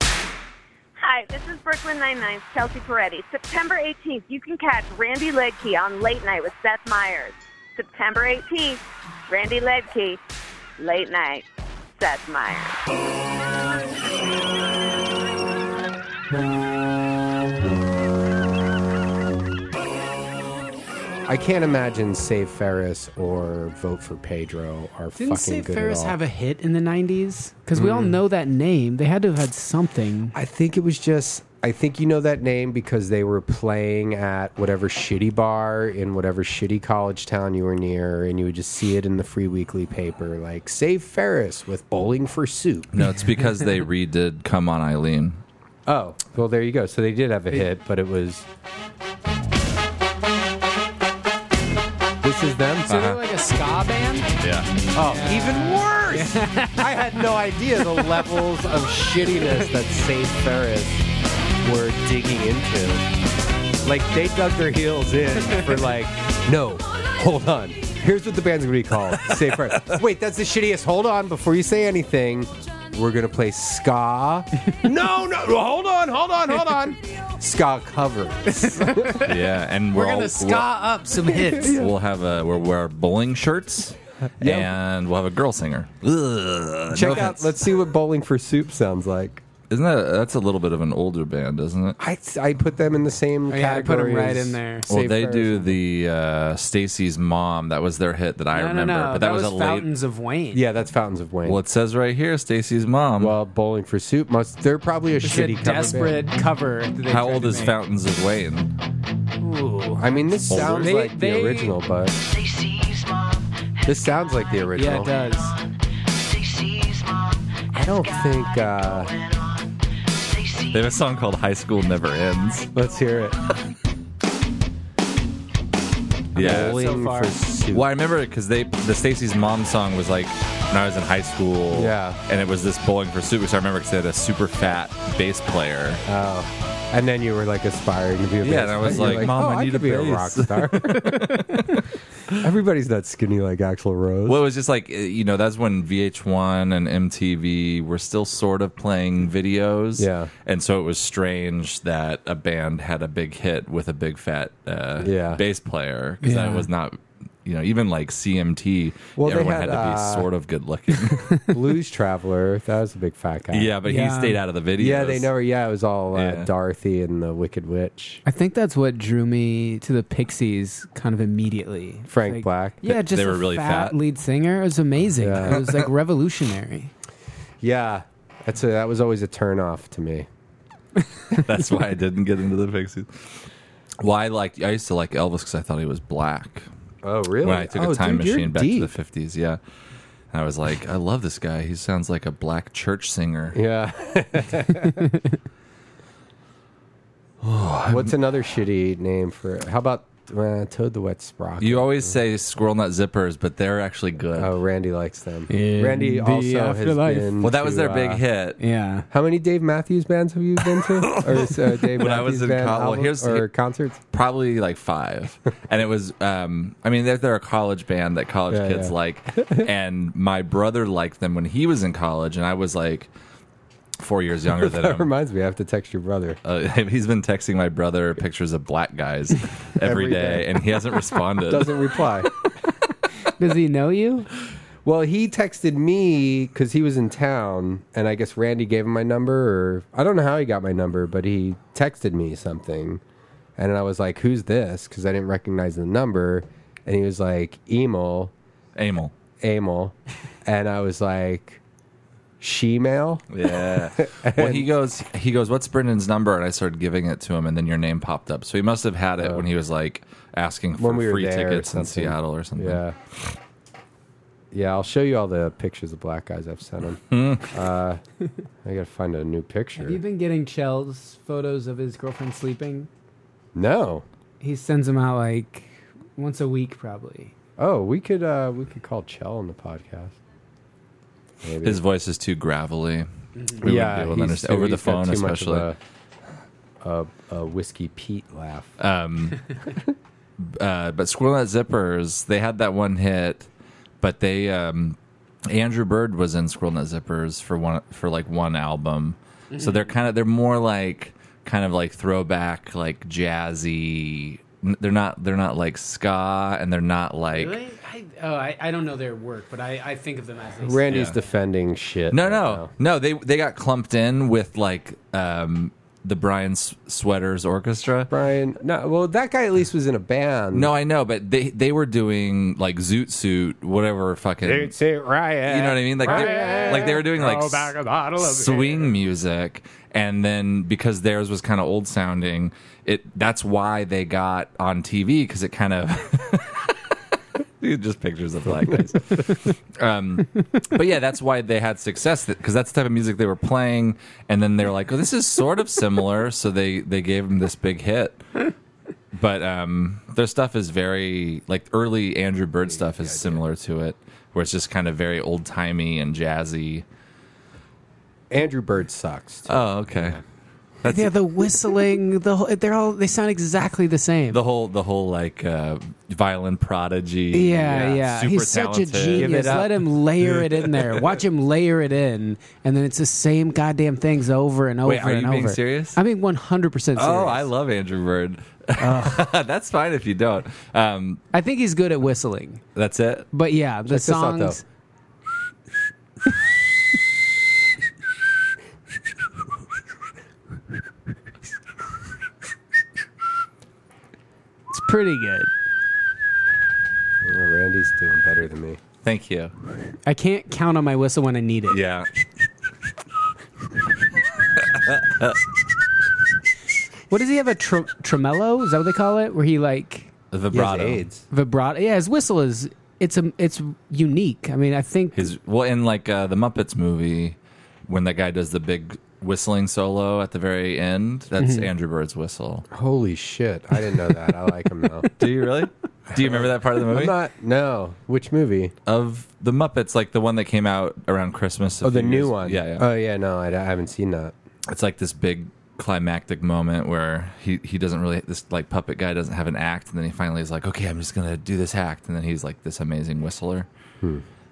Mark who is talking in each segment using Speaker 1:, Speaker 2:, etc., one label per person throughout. Speaker 1: Hi, this is Brooklyn Nine-Nine's Chelsea Peretti. September 18th, you can catch Randy Ledkey on Late Night with Seth Meyers. September 18th, Randy Ledkey, Late Night, Seth Meyers.
Speaker 2: I can't imagine Save Ferris or Vote for Pedro are fucking
Speaker 3: Didn't Save
Speaker 2: good
Speaker 3: Ferris
Speaker 2: at all.
Speaker 3: have a hit in the 90s? Because we all
Speaker 4: Hmm.
Speaker 3: know that name. They had to have had something.
Speaker 2: I think it was just. I think you know that name because they were playing at whatever shitty bar in whatever shitty college town you were near, and you would just see it in the free weekly paper, like "Save Ferris with Bowling for Soup."
Speaker 4: No, it's because they redid "Come On, Eileen."
Speaker 2: Oh, well, there you go. So they did have a hit, but it was. This is them.
Speaker 3: So they're like a ska band?
Speaker 4: Yeah.
Speaker 2: Oh, even worse! I had no idea the levels of shittiness that St. Ferris were digging into. Like, they dug their heels in for, like, no, hold on. Here's what the band's gonna be called St. Ferris. Wait, that's the shittiest. Hold on, before you say anything, we're gonna play ska. No, no, hold on, hold on, hold on. Ska covers.
Speaker 4: Yeah, and we're,
Speaker 3: We're going
Speaker 4: all-
Speaker 3: to ska up some hits.
Speaker 4: We'll, we'll have a we'll wear bowling shirts, and we'll have a girl singer. Ugh,
Speaker 2: Check
Speaker 4: no
Speaker 2: out,
Speaker 4: offense.
Speaker 2: let's see what Bowling for Soup sounds like.
Speaker 4: Isn't that that's a little bit of an older band, isn't it?
Speaker 2: I, I put them in the same
Speaker 3: Oh,
Speaker 2: category.
Speaker 3: yeah, I put 'em right
Speaker 2: as
Speaker 3: in there.
Speaker 4: Well,
Speaker 2: Save
Speaker 4: they
Speaker 2: Ferris.
Speaker 4: do the uh, Stacy's mom. That was their hit that I
Speaker 3: no, no,
Speaker 4: remember.
Speaker 3: no.
Speaker 4: But that,
Speaker 3: that
Speaker 4: was, a late.
Speaker 3: Fountains of Wayne.
Speaker 2: Yeah, that's Fountains of Wayne.
Speaker 4: Well, it says right here, Stacy's mom.
Speaker 2: Well, Bowling for Soup must. They're probably a
Speaker 3: It's a
Speaker 2: shitty cover band.
Speaker 3: desperate cover. that they
Speaker 4: How
Speaker 3: tried
Speaker 4: old
Speaker 3: to
Speaker 4: is
Speaker 3: make.
Speaker 4: Fountains of Wayne?
Speaker 3: Ooh.
Speaker 2: I mean, this
Speaker 4: Older.
Speaker 2: sounds
Speaker 3: They-
Speaker 2: like
Speaker 3: they-
Speaker 2: the original, but this sounds like the original.
Speaker 3: Yeah, it does.
Speaker 2: I don't think. Uh,
Speaker 4: They have a song called "High School Never Ends."
Speaker 2: let's hear it.
Speaker 4: Yeah.
Speaker 2: Bowling
Speaker 3: far.
Speaker 2: for Soup.
Speaker 4: Well, I remember it because they the Stacy's mom song was like when I was in high school.
Speaker 2: Yeah.
Speaker 4: And it was this bowling for soup. So I remember because they had a super fat bass player.
Speaker 2: Uh-huh. And then you were like aspiring to be a
Speaker 4: Yeah,
Speaker 2: bass
Speaker 4: and I was
Speaker 2: player. You're
Speaker 4: like, "Mom,
Speaker 2: oh,
Speaker 4: I need
Speaker 2: could
Speaker 4: a
Speaker 2: be a rock
Speaker 4: bass."
Speaker 2: star." Everybody's not skinny like Axl Rose.
Speaker 4: well, it was just like uh, you know that's when VH1 and MTV were still sort of playing videos.
Speaker 2: Yeah.
Speaker 4: And so it was strange that a band had a big hit with a big fat uh,
Speaker 2: Yeah.
Speaker 4: bass player because
Speaker 3: Yeah.
Speaker 4: that was not. You know, even like CMT,
Speaker 2: Well, they
Speaker 4: everyone
Speaker 2: had,
Speaker 4: had, to be
Speaker 2: uh,
Speaker 4: sort of good looking.
Speaker 2: Blues Traveler, that was a big fat guy.
Speaker 4: yeah, but
Speaker 3: Yeah.
Speaker 4: he stayed out of the video.
Speaker 2: yeah, they never. Yeah, it was all uh,
Speaker 4: Yeah.
Speaker 2: Dorothy and the Wicked Witch.
Speaker 3: I think that's what drew me to the Pixies kind of immediately.
Speaker 2: Frank
Speaker 3: Like,
Speaker 2: Black.
Speaker 3: Yeah,
Speaker 4: Th-
Speaker 3: just
Speaker 4: they
Speaker 3: a
Speaker 4: were really
Speaker 3: fat,
Speaker 4: fat.
Speaker 3: lead singer. It was amazing.
Speaker 2: Yeah.
Speaker 3: It was like revolutionary.
Speaker 2: Yeah, that's a, that was always a turnoff to me.
Speaker 4: That's why I didn't get into the Pixies. Well, I liked. I used to like Elvis because I thought he was black.
Speaker 2: Oh, really?
Speaker 4: When I took a time machine back to the
Speaker 2: fifth.
Speaker 4: fifties, yeah. And I was like, I love this guy. He sounds like a black church singer.
Speaker 2: Yeah.
Speaker 4: Oh,
Speaker 2: What's another shitty name for it? How about uh, Toad the Wet Sprocket?
Speaker 4: You always say squirrel nut zippers, but they're actually good.
Speaker 2: oh, Randy likes them.
Speaker 3: In
Speaker 2: Randy
Speaker 3: the
Speaker 2: also has
Speaker 3: afterlife.
Speaker 2: been.
Speaker 4: well, that was
Speaker 2: to,
Speaker 4: their big
Speaker 2: uh,
Speaker 4: hit.
Speaker 3: Yeah.
Speaker 2: How many Dave Matthews bands have you been to? or is, uh, Dave
Speaker 4: When I
Speaker 2: Matthews
Speaker 4: was in
Speaker 2: band
Speaker 4: col- well,
Speaker 2: album-
Speaker 4: here's-
Speaker 2: or
Speaker 4: here-
Speaker 2: concerts?
Speaker 4: Probably like five, and it was. um I mean, they're, they're a college band that college
Speaker 2: Yeah,
Speaker 4: kids
Speaker 2: yeah.
Speaker 4: like, and my brother liked them when he was in college, and I was like four years younger than
Speaker 2: That
Speaker 4: him.
Speaker 2: reminds me, I have to text your brother.
Speaker 4: Uh, he's been texting my brother pictures of black guys
Speaker 2: Every
Speaker 4: every
Speaker 2: day.
Speaker 4: day, and he hasn't responded.
Speaker 2: Doesn't reply.
Speaker 3: Does he know you?
Speaker 2: Well, he texted me because he was in town, and I guess Randy gave him my number, or I don't know how he got my number, but he texted me something, and I was like, "Who's this?" Because I didn't recognize the number, and he was like, "Emil,
Speaker 4: Amel.
Speaker 2: Emil," and I was like, "Shemale."
Speaker 4: Yeah. well, he goes. He goes. What's Brendan's number? And I started giving it to him, and then your name popped up. So he must have had it when he was like asking for
Speaker 2: Oh. When we were
Speaker 4: free
Speaker 2: there or
Speaker 4: tickets in
Speaker 2: something.
Speaker 4: Seattle or something.
Speaker 2: Yeah, yeah. I'll show you all the pictures of black guys I've sent him. uh, I gotta find a new
Speaker 3: Hmm. Have you
Speaker 2: picture.
Speaker 3: been getting Chell's photos of his girlfriend sleeping?
Speaker 2: No.
Speaker 3: He sends them out like once a week, probably.
Speaker 2: Oh, we could uh, we could call Chell on the podcast. Maybe.
Speaker 4: His voice is too gravelly. We
Speaker 2: yeah,
Speaker 4: wouldn't be able to
Speaker 2: he's
Speaker 4: understand
Speaker 2: too-
Speaker 4: over the
Speaker 2: he's got
Speaker 4: phone,
Speaker 2: too much of
Speaker 4: especially.
Speaker 2: a, a, a whiskey Pete laugh.
Speaker 4: Um, uh, but Squirrelette Zippers, they had that one hit, but they um, Andrew Bird was in Squirrelette Zippers for one for like one album, so they're kind of they're more like kind of like throwback, like jazzy. N- They're not they're not like ska, and they're not like
Speaker 3: Really? I, oh, I, I don't know their work, but I, I think of them as they
Speaker 2: Randy's
Speaker 4: Yeah.
Speaker 2: defending shit.
Speaker 4: No,
Speaker 2: right
Speaker 4: no,
Speaker 2: now.
Speaker 4: no. They they got clumped in with like um, the Brian S- Sweaters Orchestra.
Speaker 2: Brian. No, well, that guy at least was in a band.
Speaker 4: No, I know, but they they were doing like Zoot Suit, whatever fucking.
Speaker 2: it Ryan.
Speaker 4: You know what I mean? Like, they, like they were doing like
Speaker 2: Throw back a bottle of
Speaker 4: swing music, and then because theirs was kind of old sounding, it that's why they got on TV because it kind of. These are just pictures of black guys. Um, but yeah, that's why they had success because that's the type of music they were playing. And then they're like, "Oh, this is sort of similar," so they they gave them this big hit. But um, their stuff is very like early Andrew Bird stuff is similar to it, where it's just kind of very old timey and jazzy.
Speaker 2: Andrew Bird sucks. too.
Speaker 4: Oh, okay. That's
Speaker 3: Yeah, the whistling, the whole, they're all they sound exactly the same.
Speaker 4: the whole the whole like uh, violin prodigy.
Speaker 3: yeah, yeah,
Speaker 4: super
Speaker 3: he's
Speaker 4: talented.
Speaker 3: such a genius.
Speaker 2: up.
Speaker 3: Let him layer it in there. Watch him layer it in, and then it's the same goddamn things over and over
Speaker 4: Wait, are
Speaker 3: and
Speaker 4: you being
Speaker 3: over.
Speaker 4: serious?
Speaker 3: I mean, one hundred percent.
Speaker 4: Oh, I love Andrew Bird. that's fine if you don't. Um,
Speaker 3: I think he's good at whistling,
Speaker 4: that's it.
Speaker 3: but yeah, the
Speaker 2: this out, though.
Speaker 3: songs. It's pretty good.
Speaker 2: Oh, Randy's doing better than me.
Speaker 4: Thank you.
Speaker 3: I can't count on my whistle when I need it.
Speaker 4: Yeah.
Speaker 3: What does he have? A tr- tremolo? Is that what they call it? Where he like
Speaker 4: The
Speaker 2: He has
Speaker 4: vibrato.
Speaker 2: AIDS.
Speaker 3: vibrato? Yeah, his whistle is it's a it's unique. I mean, I think
Speaker 4: His well in like uh, the Muppets movie when that guy does the big whistling solo at the very end. That's
Speaker 3: Mm-hmm.
Speaker 4: Andrew Bird's whistle.
Speaker 2: Holy shit! I didn't know that. I like him now.
Speaker 4: Do you really? Do you remember that part of the
Speaker 2: I'm
Speaker 4: movie
Speaker 2: not. No, which movie?
Speaker 4: of the Muppets? Like the one that came out around Christmas. a
Speaker 2: Oh, the
Speaker 4: few
Speaker 2: new
Speaker 4: years-
Speaker 2: one.
Speaker 4: Yeah, yeah.
Speaker 2: Oh yeah. No, I, I haven't seen that.
Speaker 4: it's like this big climactic moment where he, he doesn't really this like puppet guy doesn't have an act and then he finally is like okay i'm just gonna do this act and then he's like this amazing whistler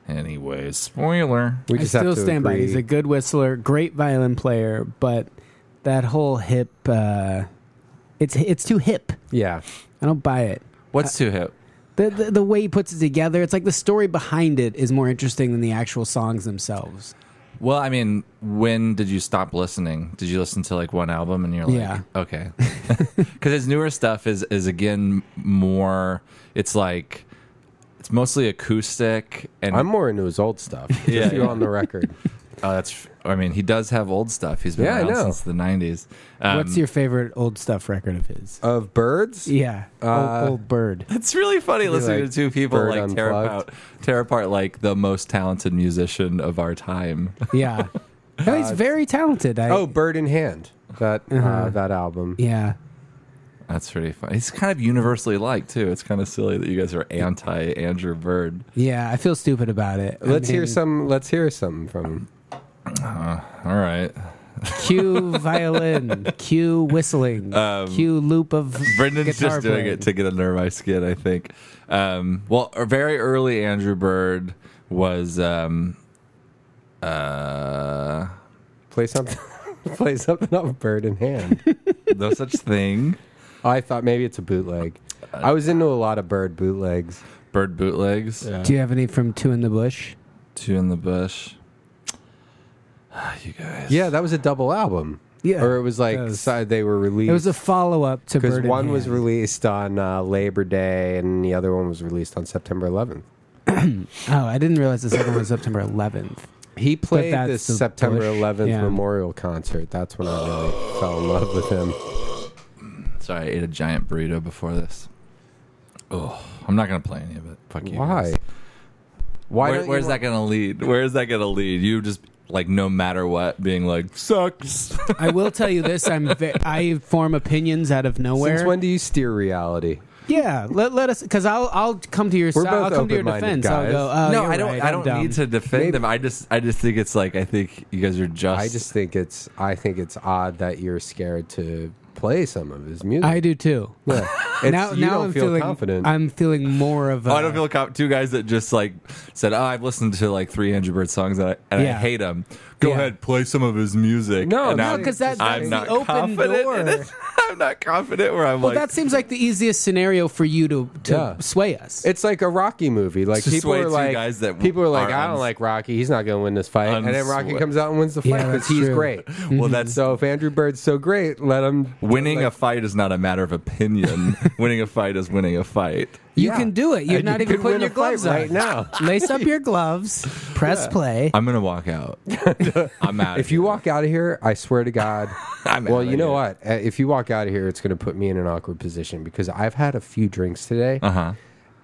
Speaker 4: anyways spoiler
Speaker 2: Hmm. We
Speaker 3: I
Speaker 2: just
Speaker 3: still
Speaker 2: have to
Speaker 3: stand by.
Speaker 2: agree.
Speaker 3: it. He's a good whistler, great violin player, but that whole hip, uh, it's it's too hip.
Speaker 2: yeah.
Speaker 3: I don't buy it.
Speaker 4: what's too hip
Speaker 3: The, the the way he puts it together, it's like the story behind it is more interesting than the actual songs themselves.
Speaker 4: well i mean when did you stop listening did you listen to like one album and you're like
Speaker 3: Yeah.
Speaker 4: okay because his newer stuff is is again more it's like it's mostly acoustic and
Speaker 2: I'm more into his old stuff. Just
Speaker 4: Yeah.
Speaker 2: you on the record.
Speaker 4: oh, that's i mean he does have old stuff he's been
Speaker 2: Yeah, I
Speaker 4: around
Speaker 2: know.
Speaker 4: since the 90s um,
Speaker 3: What's your favorite old stuff record of his?
Speaker 2: Of birds.
Speaker 3: Yeah,
Speaker 2: Uh,
Speaker 3: old, old bird.
Speaker 4: It's really funny listening
Speaker 2: like,
Speaker 4: to two people
Speaker 2: Bird
Speaker 4: like tear
Speaker 2: Unplugged.
Speaker 4: apart, tear apart like the most talented musician of our time.
Speaker 3: Yeah, no, he's very talented. I,
Speaker 2: Uh, Oh, bird in hand. That uh, that album.
Speaker 3: Uh-huh. yeah.
Speaker 4: That's pretty funny. He's kind of universally liked too. It's kind of silly that you guys are anti Andrew Bird.
Speaker 3: Yeah, I feel stupid about it. Uh, I
Speaker 2: Let's hear
Speaker 3: mean,
Speaker 2: some. Let's hear something from him.
Speaker 4: All right,
Speaker 3: cue violin, cue whistling, cue loop of
Speaker 4: Um, Brendan's
Speaker 3: guitar
Speaker 4: just doing
Speaker 3: playing.
Speaker 4: it to get under my skin. I think. Um, well, a very early Andrew Bird was. Um, uh,
Speaker 2: Play something. play something off bird in hand. Oh,
Speaker 4: no such thing.
Speaker 2: I thought maybe it's a bootleg. I was into a lot of bird bootlegs.
Speaker 4: Bird bootlegs.
Speaker 3: Do you have any from Two in the Bush?
Speaker 4: Two in the bush. Ah, you guys.
Speaker 2: Yeah, that was a double album.
Speaker 3: Yeah.
Speaker 2: or it was like
Speaker 3: It was-
Speaker 2: side- they were released.
Speaker 3: It was a follow up to
Speaker 2: because
Speaker 3: Bird in
Speaker 2: one was
Speaker 3: Hand.
Speaker 2: released on uh, Labor Day and the other one was released on September 11th.
Speaker 3: Oh, I didn't realize the second one was September 11th.
Speaker 2: He played
Speaker 3: that's
Speaker 2: this
Speaker 3: the
Speaker 2: September
Speaker 3: Bush,
Speaker 2: 11th
Speaker 3: yeah.
Speaker 2: memorial concert. That's when I really fell in love with him.
Speaker 4: Sorry, I ate a giant burrito before this. Oh, I'm not gonna play any of it. Fuck you.
Speaker 2: Why?
Speaker 4: guys.
Speaker 2: Why?
Speaker 4: Where-
Speaker 2: don't you
Speaker 4: where's
Speaker 2: want-
Speaker 4: that gonna lead? Where is that gonna lead? You just like no matter what, being like sucks.
Speaker 3: I will tell you this: I'm ve- I form opinions out of nowhere.
Speaker 2: Since when do you steer reality?
Speaker 3: Yeah, let, let us because I'll I'll come to your
Speaker 2: We're
Speaker 3: si- I'll
Speaker 2: both
Speaker 3: come to your
Speaker 2: open-minded
Speaker 3: defense. I'll
Speaker 2: guys.
Speaker 3: go. Oh,
Speaker 4: no,
Speaker 3: you're
Speaker 4: I don't.
Speaker 3: right,
Speaker 4: I
Speaker 3: I'm
Speaker 4: don't
Speaker 3: dumb.
Speaker 4: need to defend
Speaker 2: Maybe-
Speaker 4: them. I just, I just think it's like I think you guys are just.
Speaker 2: I just think it's I think it's odd that you're scared to play some of his music.
Speaker 3: I do too.
Speaker 2: Yeah. It's-
Speaker 3: now
Speaker 2: you
Speaker 3: now
Speaker 2: don't
Speaker 3: I'm
Speaker 2: feel
Speaker 3: feeling
Speaker 2: confident.
Speaker 3: I'm feeling more of. A,
Speaker 4: Oh, I don't feel cop. Two guys that just like said, "Oh, I've listened to like three Angry Bird songs and I, and I
Speaker 3: Yeah.
Speaker 4: hate him." Go
Speaker 3: Yeah.
Speaker 4: ahead, play some of his music.
Speaker 2: No,
Speaker 4: And
Speaker 2: no,
Speaker 4: I'm-
Speaker 2: 'cause
Speaker 3: that's-
Speaker 4: I'm
Speaker 3: that's
Speaker 4: not
Speaker 3: the open
Speaker 4: confident in
Speaker 3: door.
Speaker 4: it. I'm not confident where I'm
Speaker 3: Well,
Speaker 4: like
Speaker 3: that seems like the easiest scenario for you to to
Speaker 2: Yeah.
Speaker 3: sway us.
Speaker 2: It's like a Rocky movie. Like
Speaker 4: To
Speaker 2: people
Speaker 4: sway
Speaker 2: are
Speaker 4: two
Speaker 2: like
Speaker 4: guys that
Speaker 2: people are like,
Speaker 4: are
Speaker 2: I don't
Speaker 4: uns-
Speaker 2: like Rocky. He's not going to win this fight. and then Rocky
Speaker 4: Unswa-
Speaker 2: comes out and wins the
Speaker 3: Yeah,
Speaker 2: fight because
Speaker 3: that's
Speaker 2: he's
Speaker 3: true. Mm.
Speaker 2: great.
Speaker 4: Well, that's
Speaker 2: so if Andrew Bird's so great, let him
Speaker 4: winning
Speaker 2: like,
Speaker 4: a fight is not a matter of opinion. winning a fight is winning a fight.
Speaker 3: you
Speaker 2: yeah.
Speaker 3: can do it. You're
Speaker 2: And
Speaker 3: not
Speaker 2: you
Speaker 3: even
Speaker 2: could win
Speaker 3: putting
Speaker 2: a
Speaker 3: your
Speaker 2: fight
Speaker 3: gloves
Speaker 2: right
Speaker 3: on.
Speaker 2: now.
Speaker 3: Lace up your gloves. Press play.
Speaker 4: I'm gonna walk out. I'm out.
Speaker 2: If you walk out of here, I swear to God.
Speaker 4: I'm
Speaker 2: well,
Speaker 4: outta
Speaker 2: you know
Speaker 4: here.
Speaker 2: what? Uh, If you walk out of here, it's going to put me in an awkward position because I've had a few drinks today,
Speaker 4: uh huh.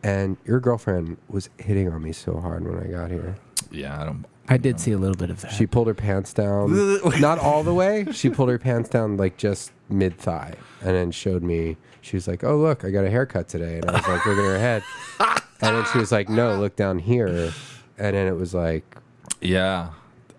Speaker 2: and your girlfriend was hitting on me so hard when I got here.
Speaker 4: Yeah, I don't.
Speaker 3: I did see a little bit of that.
Speaker 2: She pulled her pants down, not all the way. She pulled her pants down like just mid thigh, and then showed me. She was like, "Oh look, I got a haircut today," and I was like, "Look at her head," and then she was like, "No, look down here," and then it was like,
Speaker 4: Yeah.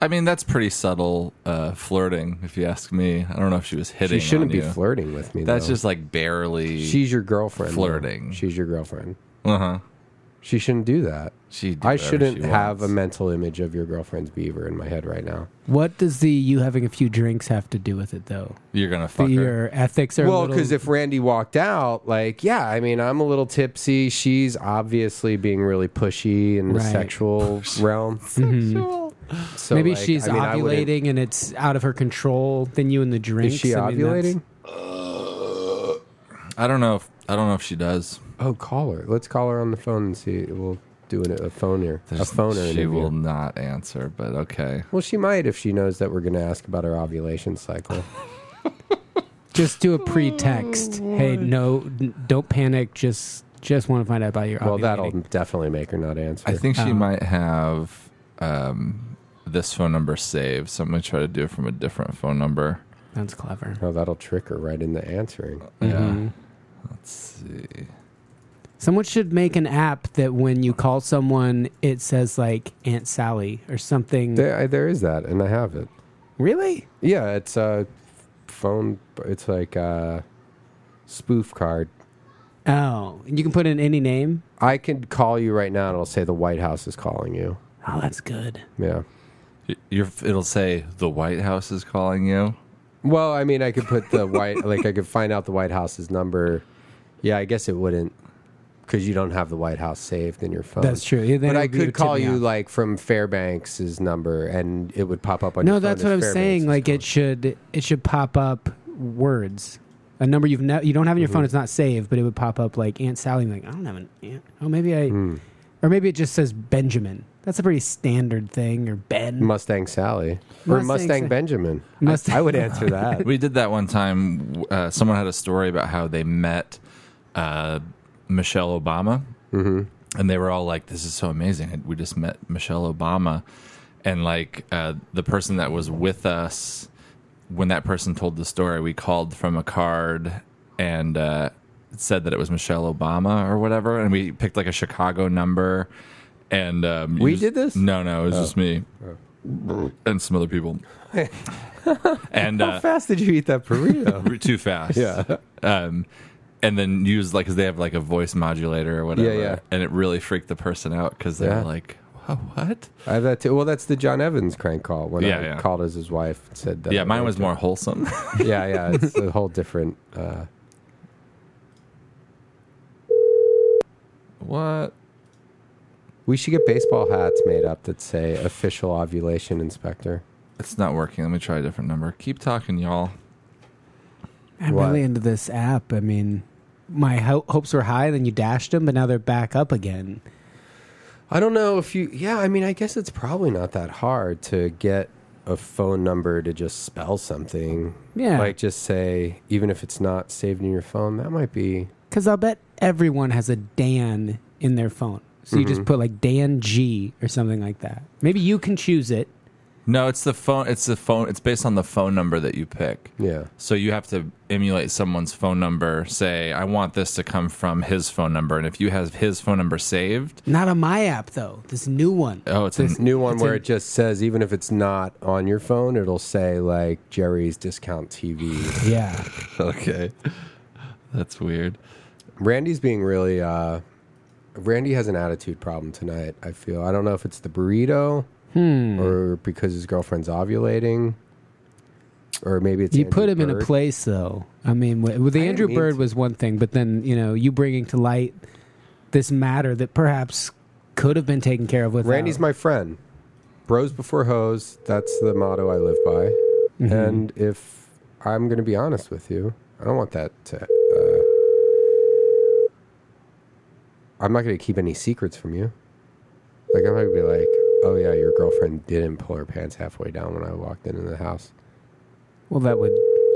Speaker 4: I mean that's pretty subtle uh, flirting, if you ask me. I don't know if she was hitting.
Speaker 2: "She shouldn't
Speaker 4: on
Speaker 2: be
Speaker 4: you.
Speaker 2: flirting with me."
Speaker 4: That's
Speaker 2: though.
Speaker 4: just like barely.
Speaker 2: she's your girlfriend. though.
Speaker 4: flirting.
Speaker 2: She's your girlfriend.
Speaker 4: Uh huh.
Speaker 2: She shouldn't do that.
Speaker 4: She. did
Speaker 2: I
Speaker 4: whatever
Speaker 2: shouldn't
Speaker 4: she
Speaker 2: have a
Speaker 4: wants.
Speaker 2: mental image of your girlfriend's beaver in my head right now.
Speaker 3: What does the you having a few drinks have to do with it though?
Speaker 4: You're gonna
Speaker 3: The,
Speaker 4: fuck her.
Speaker 3: your ethics are a
Speaker 2: Well,
Speaker 3: little-
Speaker 2: because if Randy walked out, like, yeah, I mean, I'm a little tipsy. She's obviously being really pushy in the
Speaker 3: Right.
Speaker 2: sexual realm. So,
Speaker 3: maybe
Speaker 2: like,
Speaker 3: she's
Speaker 2: I mean, I wouldn't-
Speaker 3: ovulating and it's out of her control, then you and the drinks.
Speaker 2: Is she
Speaker 3: I mean, that's-
Speaker 2: ovulating?
Speaker 4: I don't know. If, I don't know if she does.
Speaker 2: Oh, call her. Let's call her on the phone and see. We'll do an, a phone here. A phone
Speaker 4: She
Speaker 2: interview.
Speaker 4: will not answer. But okay.
Speaker 2: Well, she might if she knows that we're going to ask about her ovulation cycle.
Speaker 3: just do a pretext. hey, no, n- don't panic. Just just want to find out about your.
Speaker 2: well,
Speaker 3: ovulating.
Speaker 2: that'll definitely make her not answer.
Speaker 4: I think she might have um, this phone number saved. So I'm gonna try to do it from a different phone number.
Speaker 3: That's clever. Mm-hmm.
Speaker 2: Oh, that'll trick her right into answering.
Speaker 4: Yeah. Let's see.
Speaker 3: Someone should make an app that when you call someone, it says like Aunt Sally or something.
Speaker 2: There, I, there is that, and I have it.
Speaker 3: really?
Speaker 2: Yeah, it's a phone. It's like a spoof card.
Speaker 3: Oh, and you can put in any name.
Speaker 2: I can call you right now, and it'll say the White House is calling you.
Speaker 3: Oh, that's good.
Speaker 2: Yeah.
Speaker 4: Y- Your, it'll say the White House is calling you.
Speaker 2: Well, I mean, I could put the white. like, I could find out the White House's number. Yeah, I guess it wouldn't, because you don't have the White House saved in your phone.
Speaker 3: That's true. Yeah, then
Speaker 2: Oh. But
Speaker 3: it
Speaker 2: I
Speaker 3: would- it
Speaker 2: could
Speaker 3: would
Speaker 2: call
Speaker 3: tip me
Speaker 2: you
Speaker 3: off.
Speaker 2: like from Fairbanks's number, and it would pop up on.
Speaker 3: No,
Speaker 2: your
Speaker 3: that's
Speaker 2: phone
Speaker 3: what
Speaker 2: as
Speaker 3: I'm
Speaker 2: Fairbanks
Speaker 3: saying.
Speaker 2: is
Speaker 3: Like
Speaker 2: calling.
Speaker 3: it should it should pop up words, a number you've ne- you don't have in your phone. It's not saved, but it would pop up like Aunt Sally. Like I don't have an aunt. Oh, maybe I, or maybe it just says Benjamin. That's a pretty standard thing. Or Ben.
Speaker 2: Mustang Sally or
Speaker 3: Mustang
Speaker 2: Mustang
Speaker 3: Sa-
Speaker 2: Benjamin. I-
Speaker 3: Mustang-
Speaker 2: I, would answer that.
Speaker 4: We did that one time. Uh, someone had a story about how they met uh, Michelle Obama,
Speaker 2: Mm-hmm.
Speaker 4: and they were all like, "This is so amazing! We just met Michelle Obama," and like uh, the person that was with us when that person told the story, we called from a card and uh, said that it was Michelle Obama or whatever, and we picked like a Chicago number. And um, you
Speaker 2: We
Speaker 4: just-
Speaker 2: did this? Oh.
Speaker 4: No, no, it was just me and some other people. and uh,
Speaker 2: How fast did you eat that burrito?
Speaker 4: We're too fast.
Speaker 2: Yeah.
Speaker 4: Um, and then use like because they have like a voice modulator or whatever.
Speaker 2: Yeah, yeah.
Speaker 4: And it really freaked the person out because they
Speaker 2: Yeah.
Speaker 4: were like, "Wha- "What?"
Speaker 2: I have that too. Well, that's the John Evans crank call when
Speaker 4: Yeah,
Speaker 2: I
Speaker 4: yeah.
Speaker 2: called as his wife and said that.
Speaker 4: yeah, mine was more wholesome.
Speaker 2: Yeah, yeah, it's a whole different. Uh,
Speaker 4: what?
Speaker 2: we should get baseball hats made up that say official ovulation inspector.
Speaker 4: It's not working. Let me try a different number. Keep talking, y'all.
Speaker 3: I'm
Speaker 2: What?
Speaker 3: really into this app. I mean, my ho- hopes were high, then you dashed them, but now they're back up again.
Speaker 2: I don't know if you. Yeah, I mean, I guess it's probably not that hard to get a phone number to just spell something.
Speaker 3: Yeah.
Speaker 2: like just say even if it's not saved in your phone, that might be.
Speaker 3: Because I'll bet everyone has a Dan in their phone. So you just put like Dan G or something like that. Maybe you can choose it.
Speaker 4: No, it's the phone. It's the phone. It's based on the phone number that you pick.
Speaker 2: Yeah.
Speaker 4: So you have to emulate someone's phone number. Say, I want this to come from his phone number, and if you have his phone number saved,
Speaker 3: Not on my app though. This new one.
Speaker 4: oh, it's an,
Speaker 2: New one
Speaker 3: Um, It's
Speaker 2: where
Speaker 3: in-
Speaker 2: it just says even if it's not on your phone, it'll say like Jerry's Discount TV.
Speaker 3: Yeah.
Speaker 4: okay. That's weird.
Speaker 2: Randy's being really. uh Randy has an attitude problem tonight. I feel. I don't know if it's the burrito
Speaker 3: Hmm.
Speaker 2: or because his girlfriend's ovulating, or maybe it's
Speaker 3: You put
Speaker 2: Andrew
Speaker 3: him in a
Speaker 2: Bird.
Speaker 3: place though. I mean, wi- with the
Speaker 2: I
Speaker 3: Andrew
Speaker 2: didn't mean
Speaker 3: Bird
Speaker 2: to.
Speaker 3: was one thing, but then you know you bringing to light this matter that perhaps could have been taken care of with
Speaker 2: Randy's my friend. Bros before hoes. That's the motto I live by.
Speaker 3: Mm-hmm.
Speaker 2: And if I'm going to be honest with you, I don't want that to. Uh, I'm not going to keep any secrets from you. Like, I'm not going to be like, oh, yeah, your girlfriend didn't pull her pants halfway down when I walked into the house.
Speaker 3: Well, that would.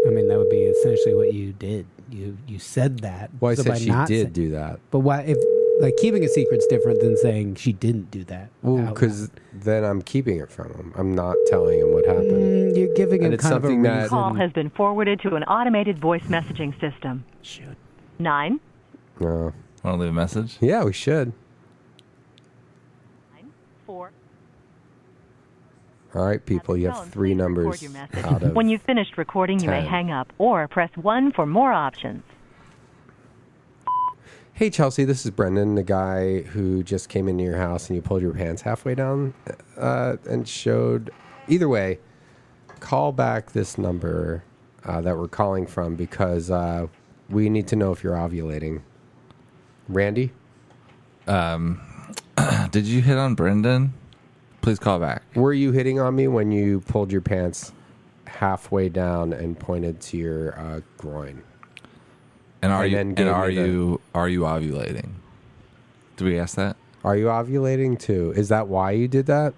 Speaker 3: I mean, that would be essentially what you did. You you said that.
Speaker 2: Well, I
Speaker 3: So by
Speaker 2: said she
Speaker 3: not
Speaker 2: did
Speaker 3: sa-
Speaker 2: do that.
Speaker 3: but why? If like keeping a secret's different than saying she didn't do that.
Speaker 2: Well,
Speaker 3: out
Speaker 2: because then I'm keeping it from him. I'm not telling him what
Speaker 3: loud.
Speaker 2: happened.
Speaker 3: Mm, you're giving him
Speaker 2: And it's
Speaker 3: kind of a
Speaker 2: something that-
Speaker 3: reason.
Speaker 5: Call has been forwarded to an automated voice messaging system.
Speaker 3: Shoot.
Speaker 5: Nine.
Speaker 2: No.
Speaker 4: Want to leave a message?
Speaker 2: Yeah, we should.
Speaker 5: Four.
Speaker 2: All right, people, you have three
Speaker 5: Please record
Speaker 2: numbers
Speaker 5: your message.
Speaker 2: out of.
Speaker 5: When you've finished recording, you may
Speaker 2: ten.
Speaker 5: hang up or press one for more options.
Speaker 2: Hey Chelsea, this is Brendan, the guy who just came into your house and you pulled your pants halfway down uh, and showed. Either way, call back this number uh, that we're calling from because uh, we need to know if you're ovulating. Randy?
Speaker 4: Did you hit on Brendan? Please call back.
Speaker 2: Were you hitting on me when you pulled your pants halfway down and pointed to your uh, groin?
Speaker 4: And are
Speaker 2: And
Speaker 4: you
Speaker 2: then
Speaker 4: and
Speaker 2: gave
Speaker 4: are
Speaker 2: me the-
Speaker 4: you are you ovulating? Do we ask that?
Speaker 2: Are you ovulating too? Is that why you did that?